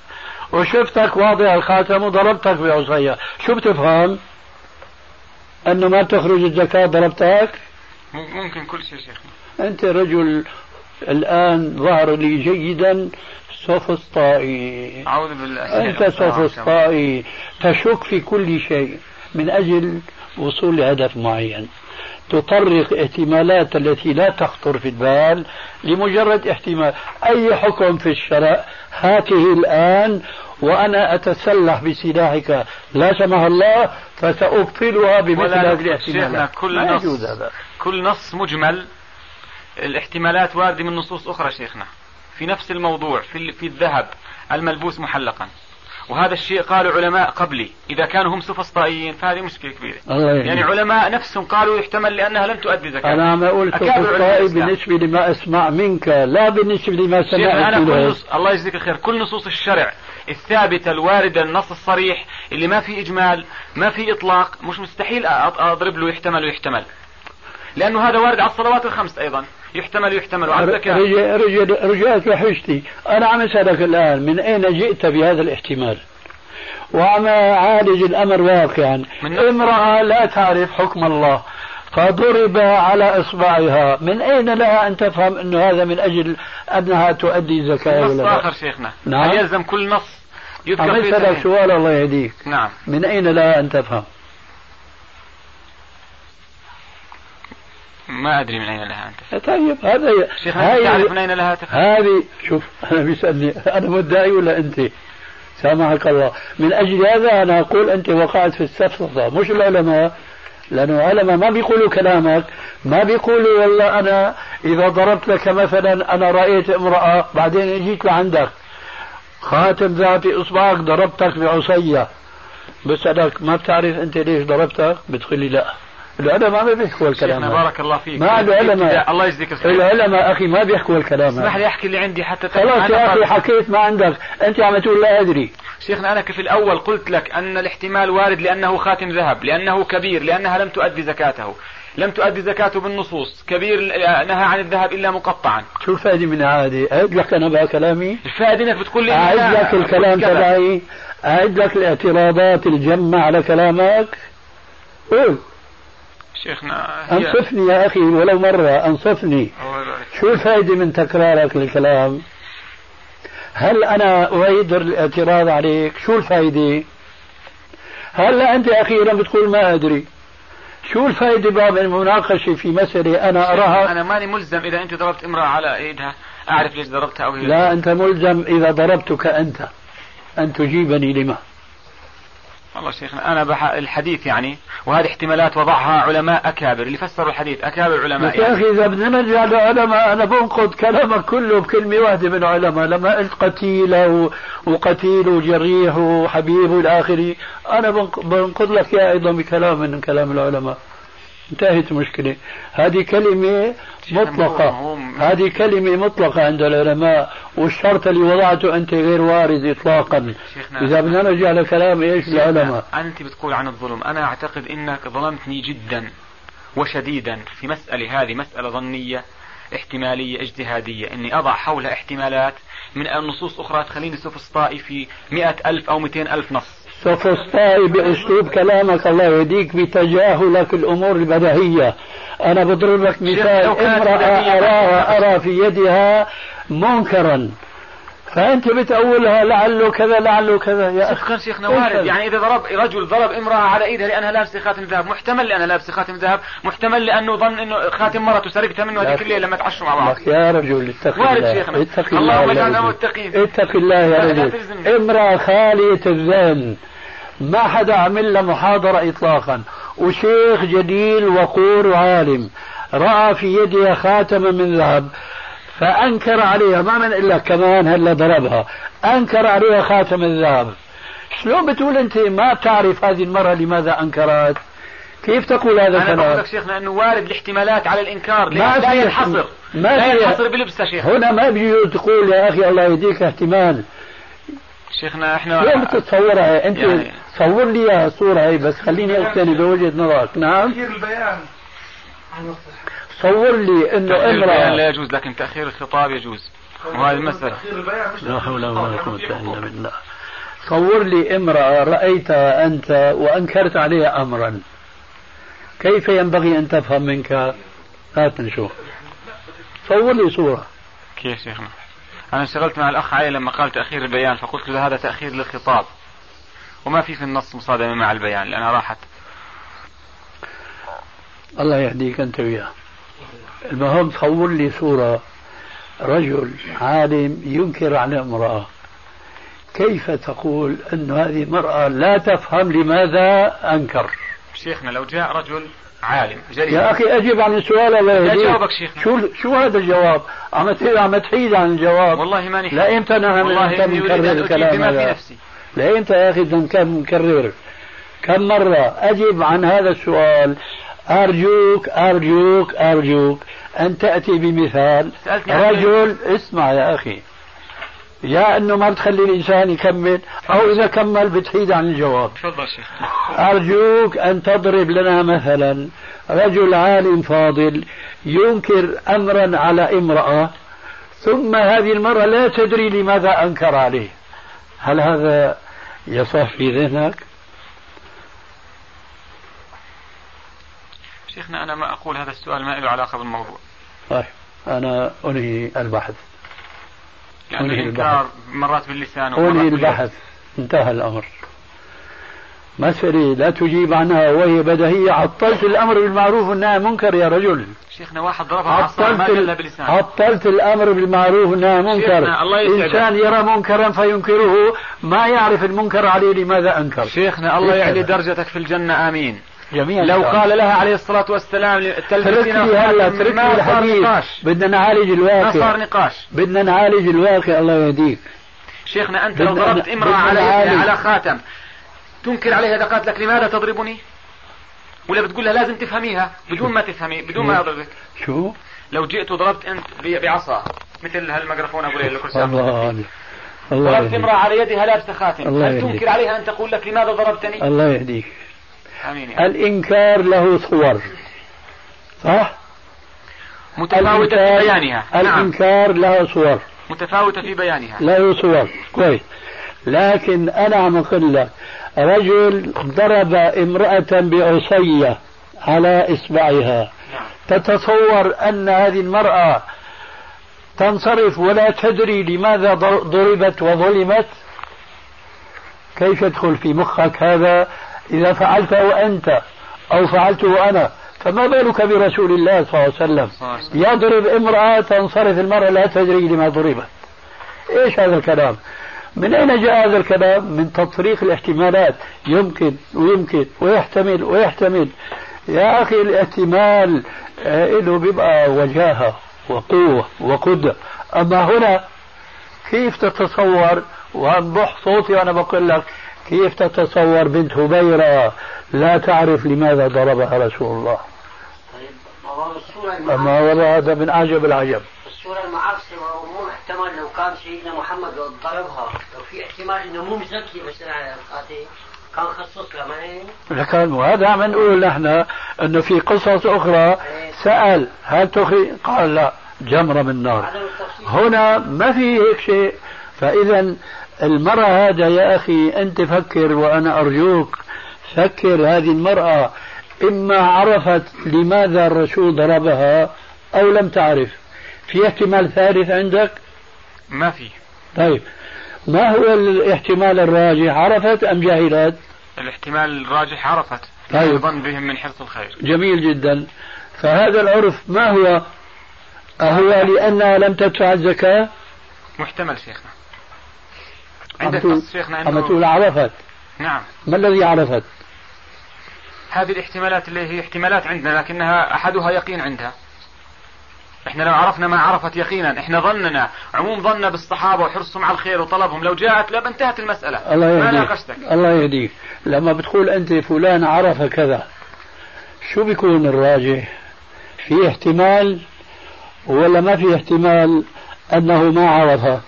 [SPEAKER 2] وشفتك واضع الخاتم وضربتك بعصية شو بتفهم؟ أنه ما تخرج الزكاة ضربتك؟
[SPEAKER 3] مم- ممكن كل شيء شيخنا
[SPEAKER 2] أنت رجل الآن ظهر لي جيدا سوفسطائي
[SPEAKER 3] أعوذ بالله
[SPEAKER 2] أنت سوفسطائي تشك في كل شيء من أجل وصول لهدف معين تطرق احتمالات التي لا تخطر في البال لمجرد احتمال أي حكم في الشرع هاته الآن وأنا أتسلح بسلاحك لا سمح الله فسأبطلها بمثل
[SPEAKER 3] ولا
[SPEAKER 2] هذه
[SPEAKER 3] نقدر. شيخنا،
[SPEAKER 2] الاحتمالات
[SPEAKER 3] كل
[SPEAKER 2] ما
[SPEAKER 3] نص.
[SPEAKER 2] يجوز هذا
[SPEAKER 3] كل نص مجمل الاحتمالات واردة من نصوص أخرى شيخنا في نفس الموضوع في, ال- في الذهب الملبوس محلقا وهذا الشيء قاله علماء قبلي إذا كانوا هم سوفسطائيين فهذه مشكلة كبيرة
[SPEAKER 2] الله يهديك.
[SPEAKER 3] يعني علماء نفسهم قالوا يحتمل لأنها لم تؤدي زكاة
[SPEAKER 2] إيه. أنا ما قلت
[SPEAKER 3] أكابر علماء
[SPEAKER 2] أخطائي
[SPEAKER 3] الإسلام.
[SPEAKER 2] بالنسبة لما أسمع منك لا بالنسبة لما
[SPEAKER 3] شيخنا
[SPEAKER 2] سمعت
[SPEAKER 3] انا كل
[SPEAKER 2] منك.
[SPEAKER 3] نص... الله يجزيك الخير كل نصوص الشرع الثابته الوارده النص الصريح اللي ما في اجمال ما في اطلاق مش مستحيل أ- أ- اضرب له يحتمل ويحتمل لانه هذا وارد على الصلوات الخمس ايضا يحتمل ويحتمل وعلى الزكاه
[SPEAKER 2] رجع رجع رجعت وحشتي أنا عم أسألك الآن من أين جئت بهذا الاحتمال وعم أعالج الأمر واقعا
[SPEAKER 3] من نفس-
[SPEAKER 2] امرأة لا تعرف حكم الله فضرب على إصبعها من أين لها أن تفهم أن هذا من أجل أنها تؤدي زكاة
[SPEAKER 3] نص
[SPEAKER 2] ولا لا
[SPEAKER 3] اخر شيخنا
[SPEAKER 2] نعم.
[SPEAKER 3] هل يلزم كل نص
[SPEAKER 2] عم
[SPEAKER 3] يذكر فيه
[SPEAKER 2] أسألك
[SPEAKER 3] تحريم؟
[SPEAKER 2] سؤال الله يهديك
[SPEAKER 3] نعم
[SPEAKER 2] من أين لها أن تفهم
[SPEAKER 3] ما ادري من اين لها انت
[SPEAKER 2] طيب هذا
[SPEAKER 3] شيخنا انت
[SPEAKER 2] هاي
[SPEAKER 3] تعرف من اين لها تفهم
[SPEAKER 2] هذه شوف انا بيسالني انا مدعي ولا انت؟ سامحك الله من أجل هذا أنا أقول أنت وقعت في السفسطة مش العلماء لأنه العلماء ما بيقولوا كلامك ما بيقولوا والله أنا إذا ضربت لك مثلا أنا رأيت امرأة بعدين جيت لعندك خاتم ذاتي إصبعك ضربتك بعصية بسألك ما بتعرف أنت ليش ضربتك بتقول لي لا العلماء ما بيحكوا الكلام
[SPEAKER 3] شيخنا
[SPEAKER 2] هذا.
[SPEAKER 3] بارك الله فيك
[SPEAKER 2] ما عنده علماء.
[SPEAKER 3] الله يجزيك الخير
[SPEAKER 2] العلماء أخي ما بيحكوا الكلام
[SPEAKER 3] اسمح
[SPEAKER 2] هذا.
[SPEAKER 3] لي احكي اللي عندي حتى تعرف
[SPEAKER 2] خلاص
[SPEAKER 3] أنا
[SPEAKER 2] يا أخي
[SPEAKER 3] طالب.
[SPEAKER 2] حكيت ما عندك أنت عم تقول لا أدري
[SPEAKER 3] شيخنا انا في الاول قلت لك ان الاحتمال وارد لانه خاتم ذهب لانه كبير لانها لم تؤدي زكاته لم تؤدي زكاته بالنصوص كبير آه، نهى عن الذهب الا مقطعا
[SPEAKER 2] شو الفائدة من عادي أعد لك أنا بقى كلامي
[SPEAKER 3] الفائده انك بتقول لي
[SPEAKER 2] أعد
[SPEAKER 3] لا،
[SPEAKER 2] لك الكلام
[SPEAKER 3] قلت كذا.
[SPEAKER 2] تبعي أعد لك الاعتراضات الجمة على كلامك قول
[SPEAKER 3] شيخنا هي-
[SPEAKER 2] أنصفني يا أخي ولو مرة أنصفني
[SPEAKER 3] الله يبارك
[SPEAKER 2] شو الفائدة من تكرارك للكلام هل أنا أعيد الاعتراض عليك شو الفائدة هلا أنت أخيرا بتقول ما أدري شو الفائدة بقى من المناقشة في مسألة أنا أراها
[SPEAKER 3] انا ماني ملزم اذا انت ضربت امراه على ايدها اعرف ليش ضربتها او هي
[SPEAKER 2] لا أنت ملزم إذا ضربتك أنت أن تجيبني لما
[SPEAKER 3] والله شيخنا انا بح... الحديث يعني وهذه احتمالات وضعها علماء اكابر اللي فسروا الحديث اكابر علماء
[SPEAKER 2] لك يا
[SPEAKER 3] يعني.
[SPEAKER 2] أخي إذا بدنا نرجع لعلماء أنا بنقد كلامك كله بكلمة واحدة من علماء لما قلت قتيلة و- وقتيل وجريح وحبيب والى اخره أنا بنق- بنقد لك يا أيضا بكلام من كلام العلماء انتهت المشكلة هذه كلمة مطلقة هذه كلمة مطلقة عند العلماء والشرط اللي وضعته أنت غير وارد إطلاقا
[SPEAKER 3] شيخنا
[SPEAKER 2] إذا بدنا نرجع لكلام إيش
[SPEAKER 3] شيخنا،
[SPEAKER 2] العلماء
[SPEAKER 3] انت بتقول عن الظلم انا اعتقد انك ظلمتني جدا وشديدا في مساله هذه مساله ظنيه احتمالية اجتهادية اني اضع حولها احتمالات من نصوص اخرى تخليني سوفسطائي في مئة الف او 200 الف نص
[SPEAKER 2] سوفسطائي باسلوب كلامك الله يهديك بتجاهلك الامور البديهيه انا بضرب لك مثال
[SPEAKER 3] لو كانت
[SPEAKER 2] امراه
[SPEAKER 3] بديهية-
[SPEAKER 2] اراها ارى في يدها منكرا فانت بتاولها لعله كذا لعله كذا يا اخي
[SPEAKER 3] شكرا شيخنا وارد
[SPEAKER 2] تفضل.
[SPEAKER 3] يعني اذا ضرب رجل ضرب امراه على ايدها لانها لابسه خاتم ذهب محتمل لانها لابسه خاتم ذهب محتمل لانه ظن انه خاتم مرته سرقتها منه هذيك
[SPEAKER 2] لكن-
[SPEAKER 3] الليله لما تعشوا مع بعض
[SPEAKER 2] لك يا رجل اتق
[SPEAKER 3] وارد
[SPEAKER 2] الله
[SPEAKER 3] شيخنا.
[SPEAKER 2] اتق الله
[SPEAKER 3] اللهم
[SPEAKER 2] يا
[SPEAKER 3] اجعلنا
[SPEAKER 2] رجل.
[SPEAKER 3] متقين.
[SPEAKER 2] اتق الله يا
[SPEAKER 3] لا
[SPEAKER 2] رجل
[SPEAKER 3] تلزمني.
[SPEAKER 2] امرأة خالية الذهن ما حدا عمل له محاضرة إطلاقا وشيخ جليل وقور وعالم رأى في يدها خاتما من ذهب فأنكر عليها ما من إلا كمان هلا ضربها أنكر عليها خاتم الذهب شلون بتقول أنت ما بتعرف هذه المرأة لماذا أنكرت كيف تقول هذا
[SPEAKER 3] انا بقول
[SPEAKER 2] الكلام
[SPEAKER 3] لك شيخنا انه وارد الاحتمالات على الانكار
[SPEAKER 2] ما
[SPEAKER 3] لا
[SPEAKER 2] في-
[SPEAKER 3] ينحصر
[SPEAKER 2] ما
[SPEAKER 3] لا
[SPEAKER 2] في-
[SPEAKER 3] ينحصر بلبسه شيخنا
[SPEAKER 2] هنا ما بيجوز تقول يا أخي الله يهديك احتمال
[SPEAKER 3] شيخنا احنا
[SPEAKER 2] كيف بتتصورها انت
[SPEAKER 3] آه. يعني-
[SPEAKER 2] صور لي اياها صورة هي بس خليني اقتني بوجهة نظرك نعم
[SPEAKER 5] تغيير البيان
[SPEAKER 2] صور لي انه
[SPEAKER 3] تأخير البيان لا
[SPEAKER 2] امرأة
[SPEAKER 3] يجوز لكن تاخير الخطاب يجوز وهذه المساله
[SPEAKER 5] تغيير البيان مش
[SPEAKER 2] لا حول ولا قوة الا بالله صور لي امرأة رأيتها انت وانكرت عليها امرا كيف ينبغي ان تفهم منك هات نشوف صور لي صورة
[SPEAKER 3] كيف شيخنا انا انشغلت مع الاخ علي لما قال تاخير البيان فقلت له هذا تاخير للخطاب وما في في النص مصادمه مع البيان لانها راحت
[SPEAKER 2] الله يهديك انت وياه المهم صور لي صورة رجل عالم ينكر على امرأة كيف تقول أن هذه امرأة لا تفهم لماذا أنكر
[SPEAKER 3] شيخنا لو جاء رجل عالم
[SPEAKER 2] يا
[SPEAKER 3] جريء
[SPEAKER 2] أخي أجب عن السؤال الله
[SPEAKER 3] لا
[SPEAKER 2] يهديك.
[SPEAKER 3] جاوبك شيخنا.
[SPEAKER 2] شو, شو هذا الجواب عم ت- عم تحيد عن الجواب
[SPEAKER 3] والله ماني
[SPEAKER 2] لا إمتى أنا من
[SPEAKER 3] والله
[SPEAKER 2] أنت
[SPEAKER 3] اني اريد
[SPEAKER 2] مكرر
[SPEAKER 3] ان اجيب
[SPEAKER 2] الكلام
[SPEAKER 3] بما في
[SPEAKER 2] هذا
[SPEAKER 3] نفسي
[SPEAKER 2] لا إمتى يا أخي بدنا نكم- نكرر كم مرة أجب عن هذا السؤال أرجوك أرجوك أرجوك أن تأتي بمثال
[SPEAKER 3] سألتني عن
[SPEAKER 2] رجل اسمع يا أخي يا أنه ما بتخلي الإنسان يكمل أو إذا كمل بتحيد عن الجواب
[SPEAKER 3] تفضل شيخ
[SPEAKER 2] أرجوك أن تضرب لنا مثلا رجل عالم فاضل ينكر أمرا على امرأة ثم هذه المرأة لا تدري لماذا أنكر عليه هل هذا يصح في ذهنك؟
[SPEAKER 3] شيخنا انا ما اقول هذا السؤال ما له علاقه بالموضوع
[SPEAKER 2] طيب أنا أنهي البحث
[SPEAKER 3] يعني
[SPEAKER 2] أنهي
[SPEAKER 3] الانكار مرات باللسان
[SPEAKER 2] أنهي
[SPEAKER 3] ومرات
[SPEAKER 2] البحث انتهى الأمر مسألة لا تجيب عنها وهي بديهية عطلت الأمر بالمعروف والنهي عن المنكر يا رجل
[SPEAKER 3] شيخنا واحد ضربها عصا ما
[SPEAKER 2] عطلت
[SPEAKER 3] قالها
[SPEAKER 2] ال...
[SPEAKER 3] بلسانه
[SPEAKER 2] عطلت الأمر بالمعروف والنهي عن المنكر
[SPEAKER 3] شيخنا الله يسعدك.
[SPEAKER 2] إنسان يرى منكرا فينكره ما يعرف المنكر عليه لماذا أنكر
[SPEAKER 3] شيخنا الله يعلي
[SPEAKER 2] شيخنا.
[SPEAKER 3] درجتك في الجنة آمين
[SPEAKER 2] جميعا
[SPEAKER 3] لو
[SPEAKER 2] إن شاء الله.
[SPEAKER 3] قال لها عليه الصلاة والسلام
[SPEAKER 2] اترك
[SPEAKER 3] تلبسين
[SPEAKER 2] لي هلا اترك لي
[SPEAKER 3] ما صار
[SPEAKER 2] الحديث
[SPEAKER 3] نقاش
[SPEAKER 2] بدنا نعالج
[SPEAKER 3] ما صار
[SPEAKER 2] الواقع
[SPEAKER 3] نقاش
[SPEAKER 2] بدنا نعالج الواقع الله يهديك
[SPEAKER 3] شيخنا أنت لو
[SPEAKER 2] بدنا-
[SPEAKER 3] ضربت امرأة
[SPEAKER 2] بدنا
[SPEAKER 3] على
[SPEAKER 2] نعالج.
[SPEAKER 3] على خاتم تنكر عليها إذا قالت لك لماذا تضربني؟ ولا بتقول لها لازم تفهميها بدون ما تفهمي بدون ما أضربك
[SPEAKER 2] شو؟
[SPEAKER 3] لو جئت وضربت أنت ب- بعصا مثل هالميكروفون أبو ليلى كل
[SPEAKER 2] الله
[SPEAKER 3] ساعة
[SPEAKER 2] يهديك. الله
[SPEAKER 3] ضربت امرأة
[SPEAKER 2] يهديك
[SPEAKER 3] على يدها لابسة خاتم
[SPEAKER 2] الله
[SPEAKER 3] هل
[SPEAKER 2] يهديك.
[SPEAKER 3] تنكر عليها أن تقول لك لماذا ضربتني؟
[SPEAKER 2] الله يهديك
[SPEAKER 3] آمين يا رب.
[SPEAKER 2] الإنكار له صور صح؟
[SPEAKER 3] متفاوتة في بيانها نعم
[SPEAKER 2] الإنكار له صور
[SPEAKER 3] متفاوتة في بيانها
[SPEAKER 2] له صور كويس لكن أنا عم أقول لك رجل ضرب امرأة بعصية على إصبعها
[SPEAKER 3] نعم
[SPEAKER 2] تتصور أن هذه المرأة تنصرف ولا تدري لماذا ضر- ضربت وظلمت كيف يدخل في مخك هذا إذا فعلته أنت أو فعلته أنا فما بالك برسول الله صلى الله عليه وسلم
[SPEAKER 3] صلى الله عليه وسلم.
[SPEAKER 2] يضرب امرأة تنصرف المرأة لا تدري لما ضربت إيش هذا الكلام من أين جاء هذا الكلام من تطريق الاحتمالات يمكن ويمكن ويحتمل ويحتمل يا أخي الاحتمال آه، له بيبقى وجاهة وقوة وقدرة أما هنا كيف تتصور وعم بح صوتي وأنا بقول لك كيف تتصور بنت هبيرة لا تعرف لماذا ضربها رسول الله
[SPEAKER 7] طيب ما هو الصورة
[SPEAKER 2] أما
[SPEAKER 7] المعاصرة
[SPEAKER 2] والله هذا من أعجب العجب
[SPEAKER 7] الصورة المعاصرة مو محتمل لو كان سيدنا محمد ضربها لو في احتمال انه مو مزكي مثلا على القاتل كان خصص لها ما هي؟
[SPEAKER 2] لكن وهذا عم نقول نحن انه في قصص اخرى سال هل تخي قال لا جمره من نار
[SPEAKER 7] عدم التخصيص
[SPEAKER 2] هنا ما في هيك شيء فاذا المراه هذا يا اخي انت فكر وانا ارجوك فكر هذه المراه اما عرفت لماذا الرسول ضربها او لم تعرف في احتمال ثالث عندك
[SPEAKER 3] ما في
[SPEAKER 2] طيب ما هو الاحتمال الراجح عرفت ام جهلت
[SPEAKER 3] الاحتمال الراجح عرفت
[SPEAKER 2] طيب.
[SPEAKER 3] الظن بهم من حرص الخير
[SPEAKER 2] جميل جدا فهذا العرف ما هو أهو لأنها لم تدفع الزكاة
[SPEAKER 3] محتمل شيخنا
[SPEAKER 2] عم
[SPEAKER 3] عندك
[SPEAKER 2] تقول-
[SPEAKER 3] قص شيخنا
[SPEAKER 2] عم تقول
[SPEAKER 3] انه
[SPEAKER 2] عرفت
[SPEAKER 3] نعم
[SPEAKER 2] ما الذي عرفت
[SPEAKER 3] هذه الاحتمالات اللي هي احتمالات عندنا لكنها احدها يقين عندها احنا لو عرفنا ما عرفت يقينا احنا ظننا عموم ظننا بالصحابه وحرصهم على الخير وطلبهم لو جاءت لب انتهت المساله
[SPEAKER 2] الله
[SPEAKER 3] ما
[SPEAKER 2] يهديك
[SPEAKER 3] ناقشتك
[SPEAKER 2] الله يهديك لما بتقول أنت فلان عرف كذا شو بيكون الراجح في احتمال ولا ما في احتمال أنه ما عرفها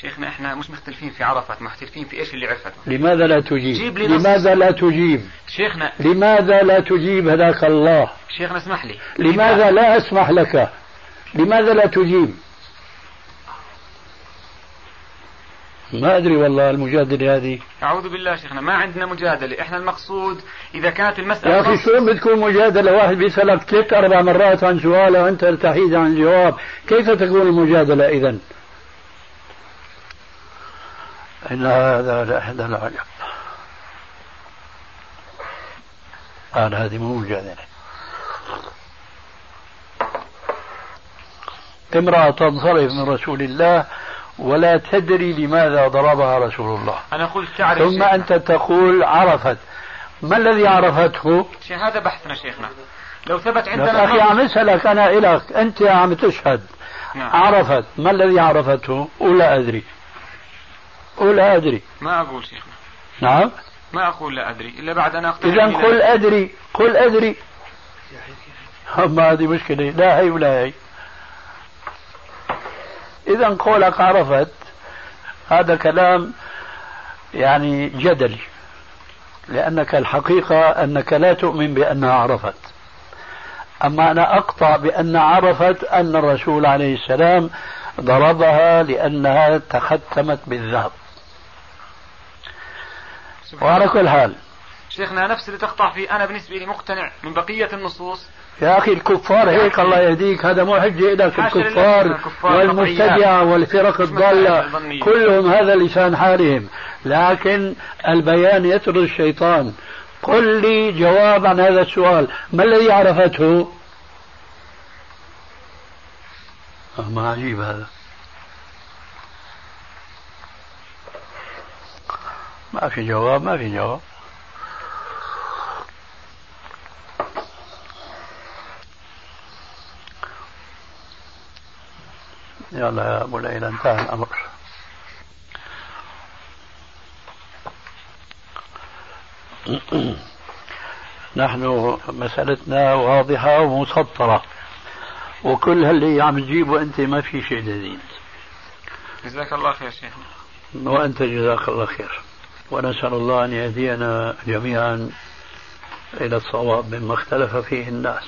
[SPEAKER 3] شيخنا احنا مش مختلفين في عرفت مختلفين في ايش اللي عرفته
[SPEAKER 2] لماذا لا تجيب
[SPEAKER 3] جيب لي نص.
[SPEAKER 2] لماذا لا تجيب
[SPEAKER 3] شيخنا
[SPEAKER 2] لماذا لا تجيب هداك الله
[SPEAKER 3] شيخنا اسمح لي
[SPEAKER 2] لماذا لا أسمح لك لماذا لا تجيب ما أدري والله المجادلة هذه
[SPEAKER 3] اعوذ بالله شيخنا ما عندنا مجادله احنا المقصود اذا كانت المساله
[SPEAKER 2] يا أخي
[SPEAKER 3] نص-
[SPEAKER 2] شلون بتكون مجادلة واحد بيسألك ثلاث أربع مرات عن سؤال وأنت تحيد عن جواب كيف تكون المجادلة إذا إن هذا لأحد العجب قال هذه مو مجادلة امرأة تنصرف من رسول الله ولا تدري لماذا ضربها رسول الله
[SPEAKER 3] انا قلت تعرف
[SPEAKER 2] ثم
[SPEAKER 3] شيخنا.
[SPEAKER 2] أنت تقول عرفت ما الذي عرفته؟
[SPEAKER 3] شي- هذا بحثنا شيخنا لو ثبت
[SPEAKER 2] لك
[SPEAKER 3] عندنا
[SPEAKER 2] أخي
[SPEAKER 3] النص-
[SPEAKER 2] عم أسألك أنا إلك أنت عم تشهد
[SPEAKER 3] نعم.
[SPEAKER 2] عرفت ما الذي عرفته؟ ولا أدري ولا أدري
[SPEAKER 3] ما اقول شيخنا
[SPEAKER 2] نعم
[SPEAKER 3] ما اقول لا ادري الا بعد ان اقتنع
[SPEAKER 2] إذا
[SPEAKER 3] إلى-
[SPEAKER 2] قل أدري قل أدري أما هذه مشكلة لا هي ولا هي إذا قولك عرفت هذا كلام يعني جدلي لأنك الحقيقة أنك لا تؤمن بأنها عرفت أما أنا أقطع بأن عرفت أن الرسول عليه السلام ضربها لأنها تختمت بالذهب
[SPEAKER 3] سبحان
[SPEAKER 2] وعلى
[SPEAKER 3] الله.
[SPEAKER 2] كل حال
[SPEAKER 3] شيخنا نفس اللي تقطع فيه انا بالنسبه لي مقتنع من بقيه النصوص
[SPEAKER 2] يا أخي الكفار هيك الله يهديك هذا مو حجة لك
[SPEAKER 3] حاشا لله
[SPEAKER 2] الكفار
[SPEAKER 3] الكفار
[SPEAKER 2] والمبتدعة
[SPEAKER 3] طبيعيات.
[SPEAKER 2] والفرق
[SPEAKER 3] اسمها
[SPEAKER 2] الضالة
[SPEAKER 3] الظنية.
[SPEAKER 2] كلهم هذا لسان حالهم لكن البيان يطرد الشيطان قل لي جواب عن هذا السؤال ما الذي عرفته آه، ما عجيب هذا ما في جواب ما في جواب يلا يا ابو ليلى انتهى الامر نحن مسألتنا واضحة ومسطرة وكل هاللي عم تجيبه أنت ما في شيء جديد
[SPEAKER 3] جزاك الله خير شيخنا
[SPEAKER 2] وأنت جزاك الله خير ونسأل الله أن يهدينا جميعا إلى الصواب مما اختلف فيه الناس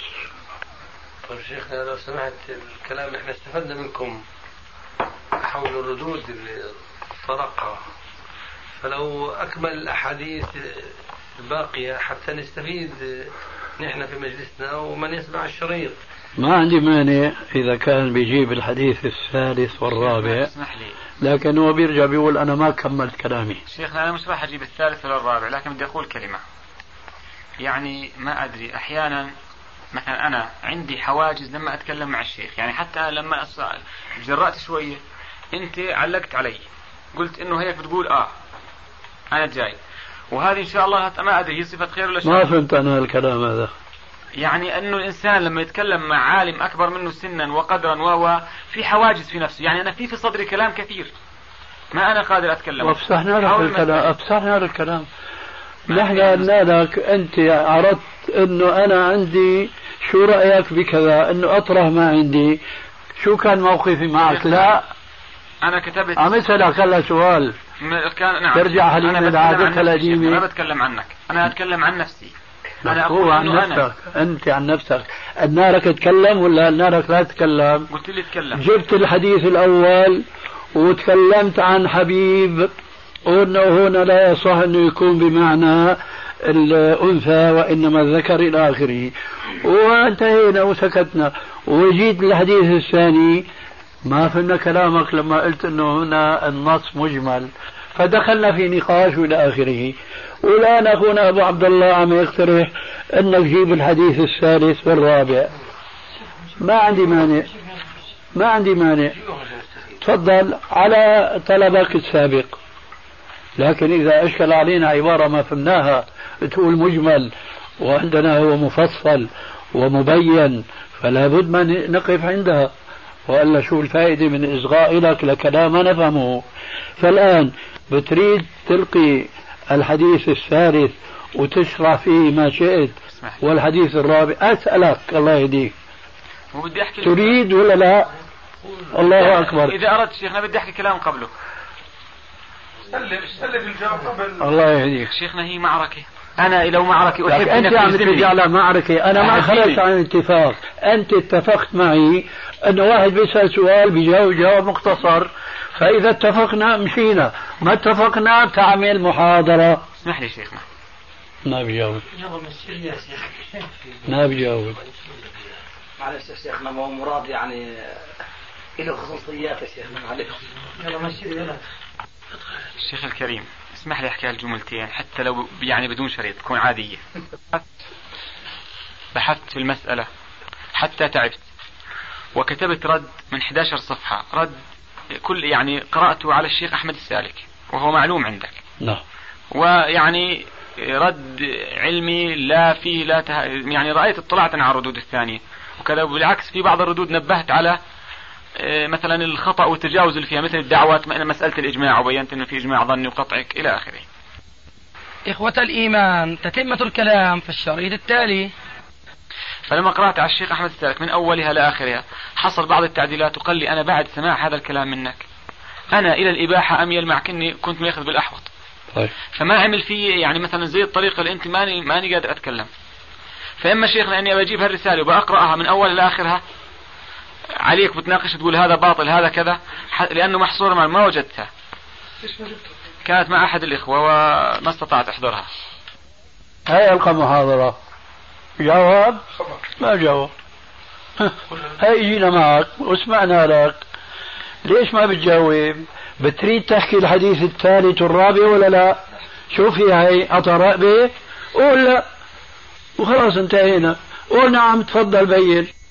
[SPEAKER 5] طيب شيخنا لو سمحت الكلام احنا استفدنا منكم حول الردود اللي طرقها فلو اكمل الاحاديث الباقيه حتى نستفيد نحن في مجلسنا ومن يسمع الشريط
[SPEAKER 2] ما عندي مانع إذا كان بيجيب الحديث الثالث والرابع
[SPEAKER 3] اسمح لي
[SPEAKER 2] لكن هو بيرجع بيقول أنا ما كملت كلامي
[SPEAKER 3] شيخنا أنا مش راح أجيب الثالث ولا الرابع لكن بدي أقول كلمة يعني ما أدري أحيانا مثلا أنا عندي حواجز لما أتكلم مع الشيخ يعني حتى أنا لما أص- جرأت شوية أنت علقت علي قلت إنه هيك بتقول آه أنا جاي وهذه إن شاء الله هت- ما أدري هي صفة خير ولا
[SPEAKER 2] ما
[SPEAKER 3] شر
[SPEAKER 2] فهمت أنا الكلام هذا
[SPEAKER 3] يعني انه الانسان لما يتكلم مع عالم اكبر منه سنا وقدرا و في حواجز في نفسه، يعني انا في في صدري كلام كثير. ما انا قادر اتكلم.
[SPEAKER 2] وافسحنا لك
[SPEAKER 3] حاول ما
[SPEAKER 2] الكلام
[SPEAKER 3] أتكلم.
[SPEAKER 2] افسحنا لك الكلام
[SPEAKER 3] ما
[SPEAKER 2] نحن
[SPEAKER 3] في
[SPEAKER 2] قلنا لك انت عرضت انه انا عندي شو رايك بكذا انه اطرح ما عندي شو كان موقفي معك لا
[SPEAKER 3] انا كتبت
[SPEAKER 2] عم اسالك هلا سؤال
[SPEAKER 3] م- كان نعم
[SPEAKER 2] ترجع حليم
[SPEAKER 3] أنا بتكلم
[SPEAKER 2] لعادتها
[SPEAKER 3] عن نفسي
[SPEAKER 2] القديمة.
[SPEAKER 3] شيخنا، ما بتكلم عنك، انا اتكلم عن نفسي. انا
[SPEAKER 2] هو
[SPEAKER 3] اقول
[SPEAKER 2] عن
[SPEAKER 3] انه انا
[SPEAKER 2] نفسك انت عن نفسك قلنا لك تكلم ولا قلنا لك لا تتكلم
[SPEAKER 3] قلت لي اتكلم
[SPEAKER 2] جبت الحديث الاول وتكلمت عن حبيب قلنا هنا لا يصح انه يكون بمعنى الانثى وانما الذكر الى اخره وانتهينا وسكتنا وجيت للحديث الثاني ما فهمنا كلامك لما قلت انه هنا النص مجمل فدخلنا في نقاش والى اخره والان اخونا ابو عبد الله عم يقترح انك جيب الحديث الثالث والرابع ما عندي مانع ما عندي مانع تفضل على طلبك السابق لكن إذا أشكل علينا عبارة ما فهمناها تقول مجمل وعندنا هو مفصل ومبين فلا بد ما نقف عندها وإلا شو الفائدة من إصغاء لك لكلام ما نفهمه فالآن بتريد تلقي الحديث الثالث وتشرح فيه ما شئت
[SPEAKER 3] اسمح لي
[SPEAKER 2] والحديث الرابع أسألك الله يهديك
[SPEAKER 3] وبدي احكي لك- يعني
[SPEAKER 2] تريد ولا لا الله أكبر
[SPEAKER 3] اذا اردت شيخنا بدي احكي كلام قبله.
[SPEAKER 8] سلم سلم الجواب قبل
[SPEAKER 2] الله يهديك
[SPEAKER 3] شيخنا هي معركة. انا لو معركة احب
[SPEAKER 2] لك
[SPEAKER 3] انك
[SPEAKER 2] انت عم
[SPEAKER 3] تلزمني.
[SPEAKER 2] ترجع على معركه انا ما
[SPEAKER 3] أنا
[SPEAKER 2] خرجت
[SPEAKER 3] أهزمني.
[SPEAKER 2] عن اتفاق انت اتفقت معي انه واحد بيسال سؤال بيجاوب جواب مختصر فاذا اتفقنا مشينا ما اتفقنا تعمل محاضره
[SPEAKER 3] اسمح لي شيخنا.
[SPEAKER 2] ما بجاوب
[SPEAKER 9] يلا مسير يا شيخ
[SPEAKER 2] ما بجاوب
[SPEAKER 5] معلش يا شيخنا ما هو مراد يعني له خصوصيات يا شيخنا معلش
[SPEAKER 9] يلا مسير يلا
[SPEAKER 3] الشيخ الكريم اسمح لي احكي هالجملتين حتى لو يعني بدون شريط تكون عادية بحثت في المسألة حتى تعبت وكتبت رد من 11 صفحة رد كل يعني قرأته على الشيخ أحمد السالك وهو معلوم عندك
[SPEAKER 2] نعم
[SPEAKER 3] ويعني رد علمي لا فيه لا ته... يعني رأيت اطلعت أنا على الردود الثانية وكذا وبالعكس في بعض الردود نبهت على آه، مثلا الخطأ والتجاوز اللي فيها مثل الدعوات أنا مسألة الإجماع وبينت أنه في إجماع ظني وقطعك إلى آخره
[SPEAKER 1] إخوة الإيمان تتمة الكلام في الشريط التالي
[SPEAKER 3] فلما قرأت على الشيخ أحمد السالك من أولها لآخرها حصل بعض التعديلات وقال لي أنا بعد سماع هذا الكلام منك أنا إلى الإباحة أميل مع إني كنت ماخذ بالأحوط
[SPEAKER 2] طيب
[SPEAKER 3] فما عمل في يعني مثلا زي الطريقه اللي انت ماني ماني قادر اتكلم فاما شيخنا اني بجيب هالرساله وبقراها من اول لاخرها عليك بتناقش تقول هذا باطل هذا كذا ح- لانه محصور مع ما وجدتها كانت مع احد الاخوه وما استطعت احضرها
[SPEAKER 2] هاي القى محاضره جاوب ما جاوب هاي جينا معك وسمعنا لك ليش ما بتجاوب بتريد تحكي الحديث الثالث والرابع ولا لا شو في هاي عطى رقبة قول لا وخلاص انتهينا قول نعم تفضل بين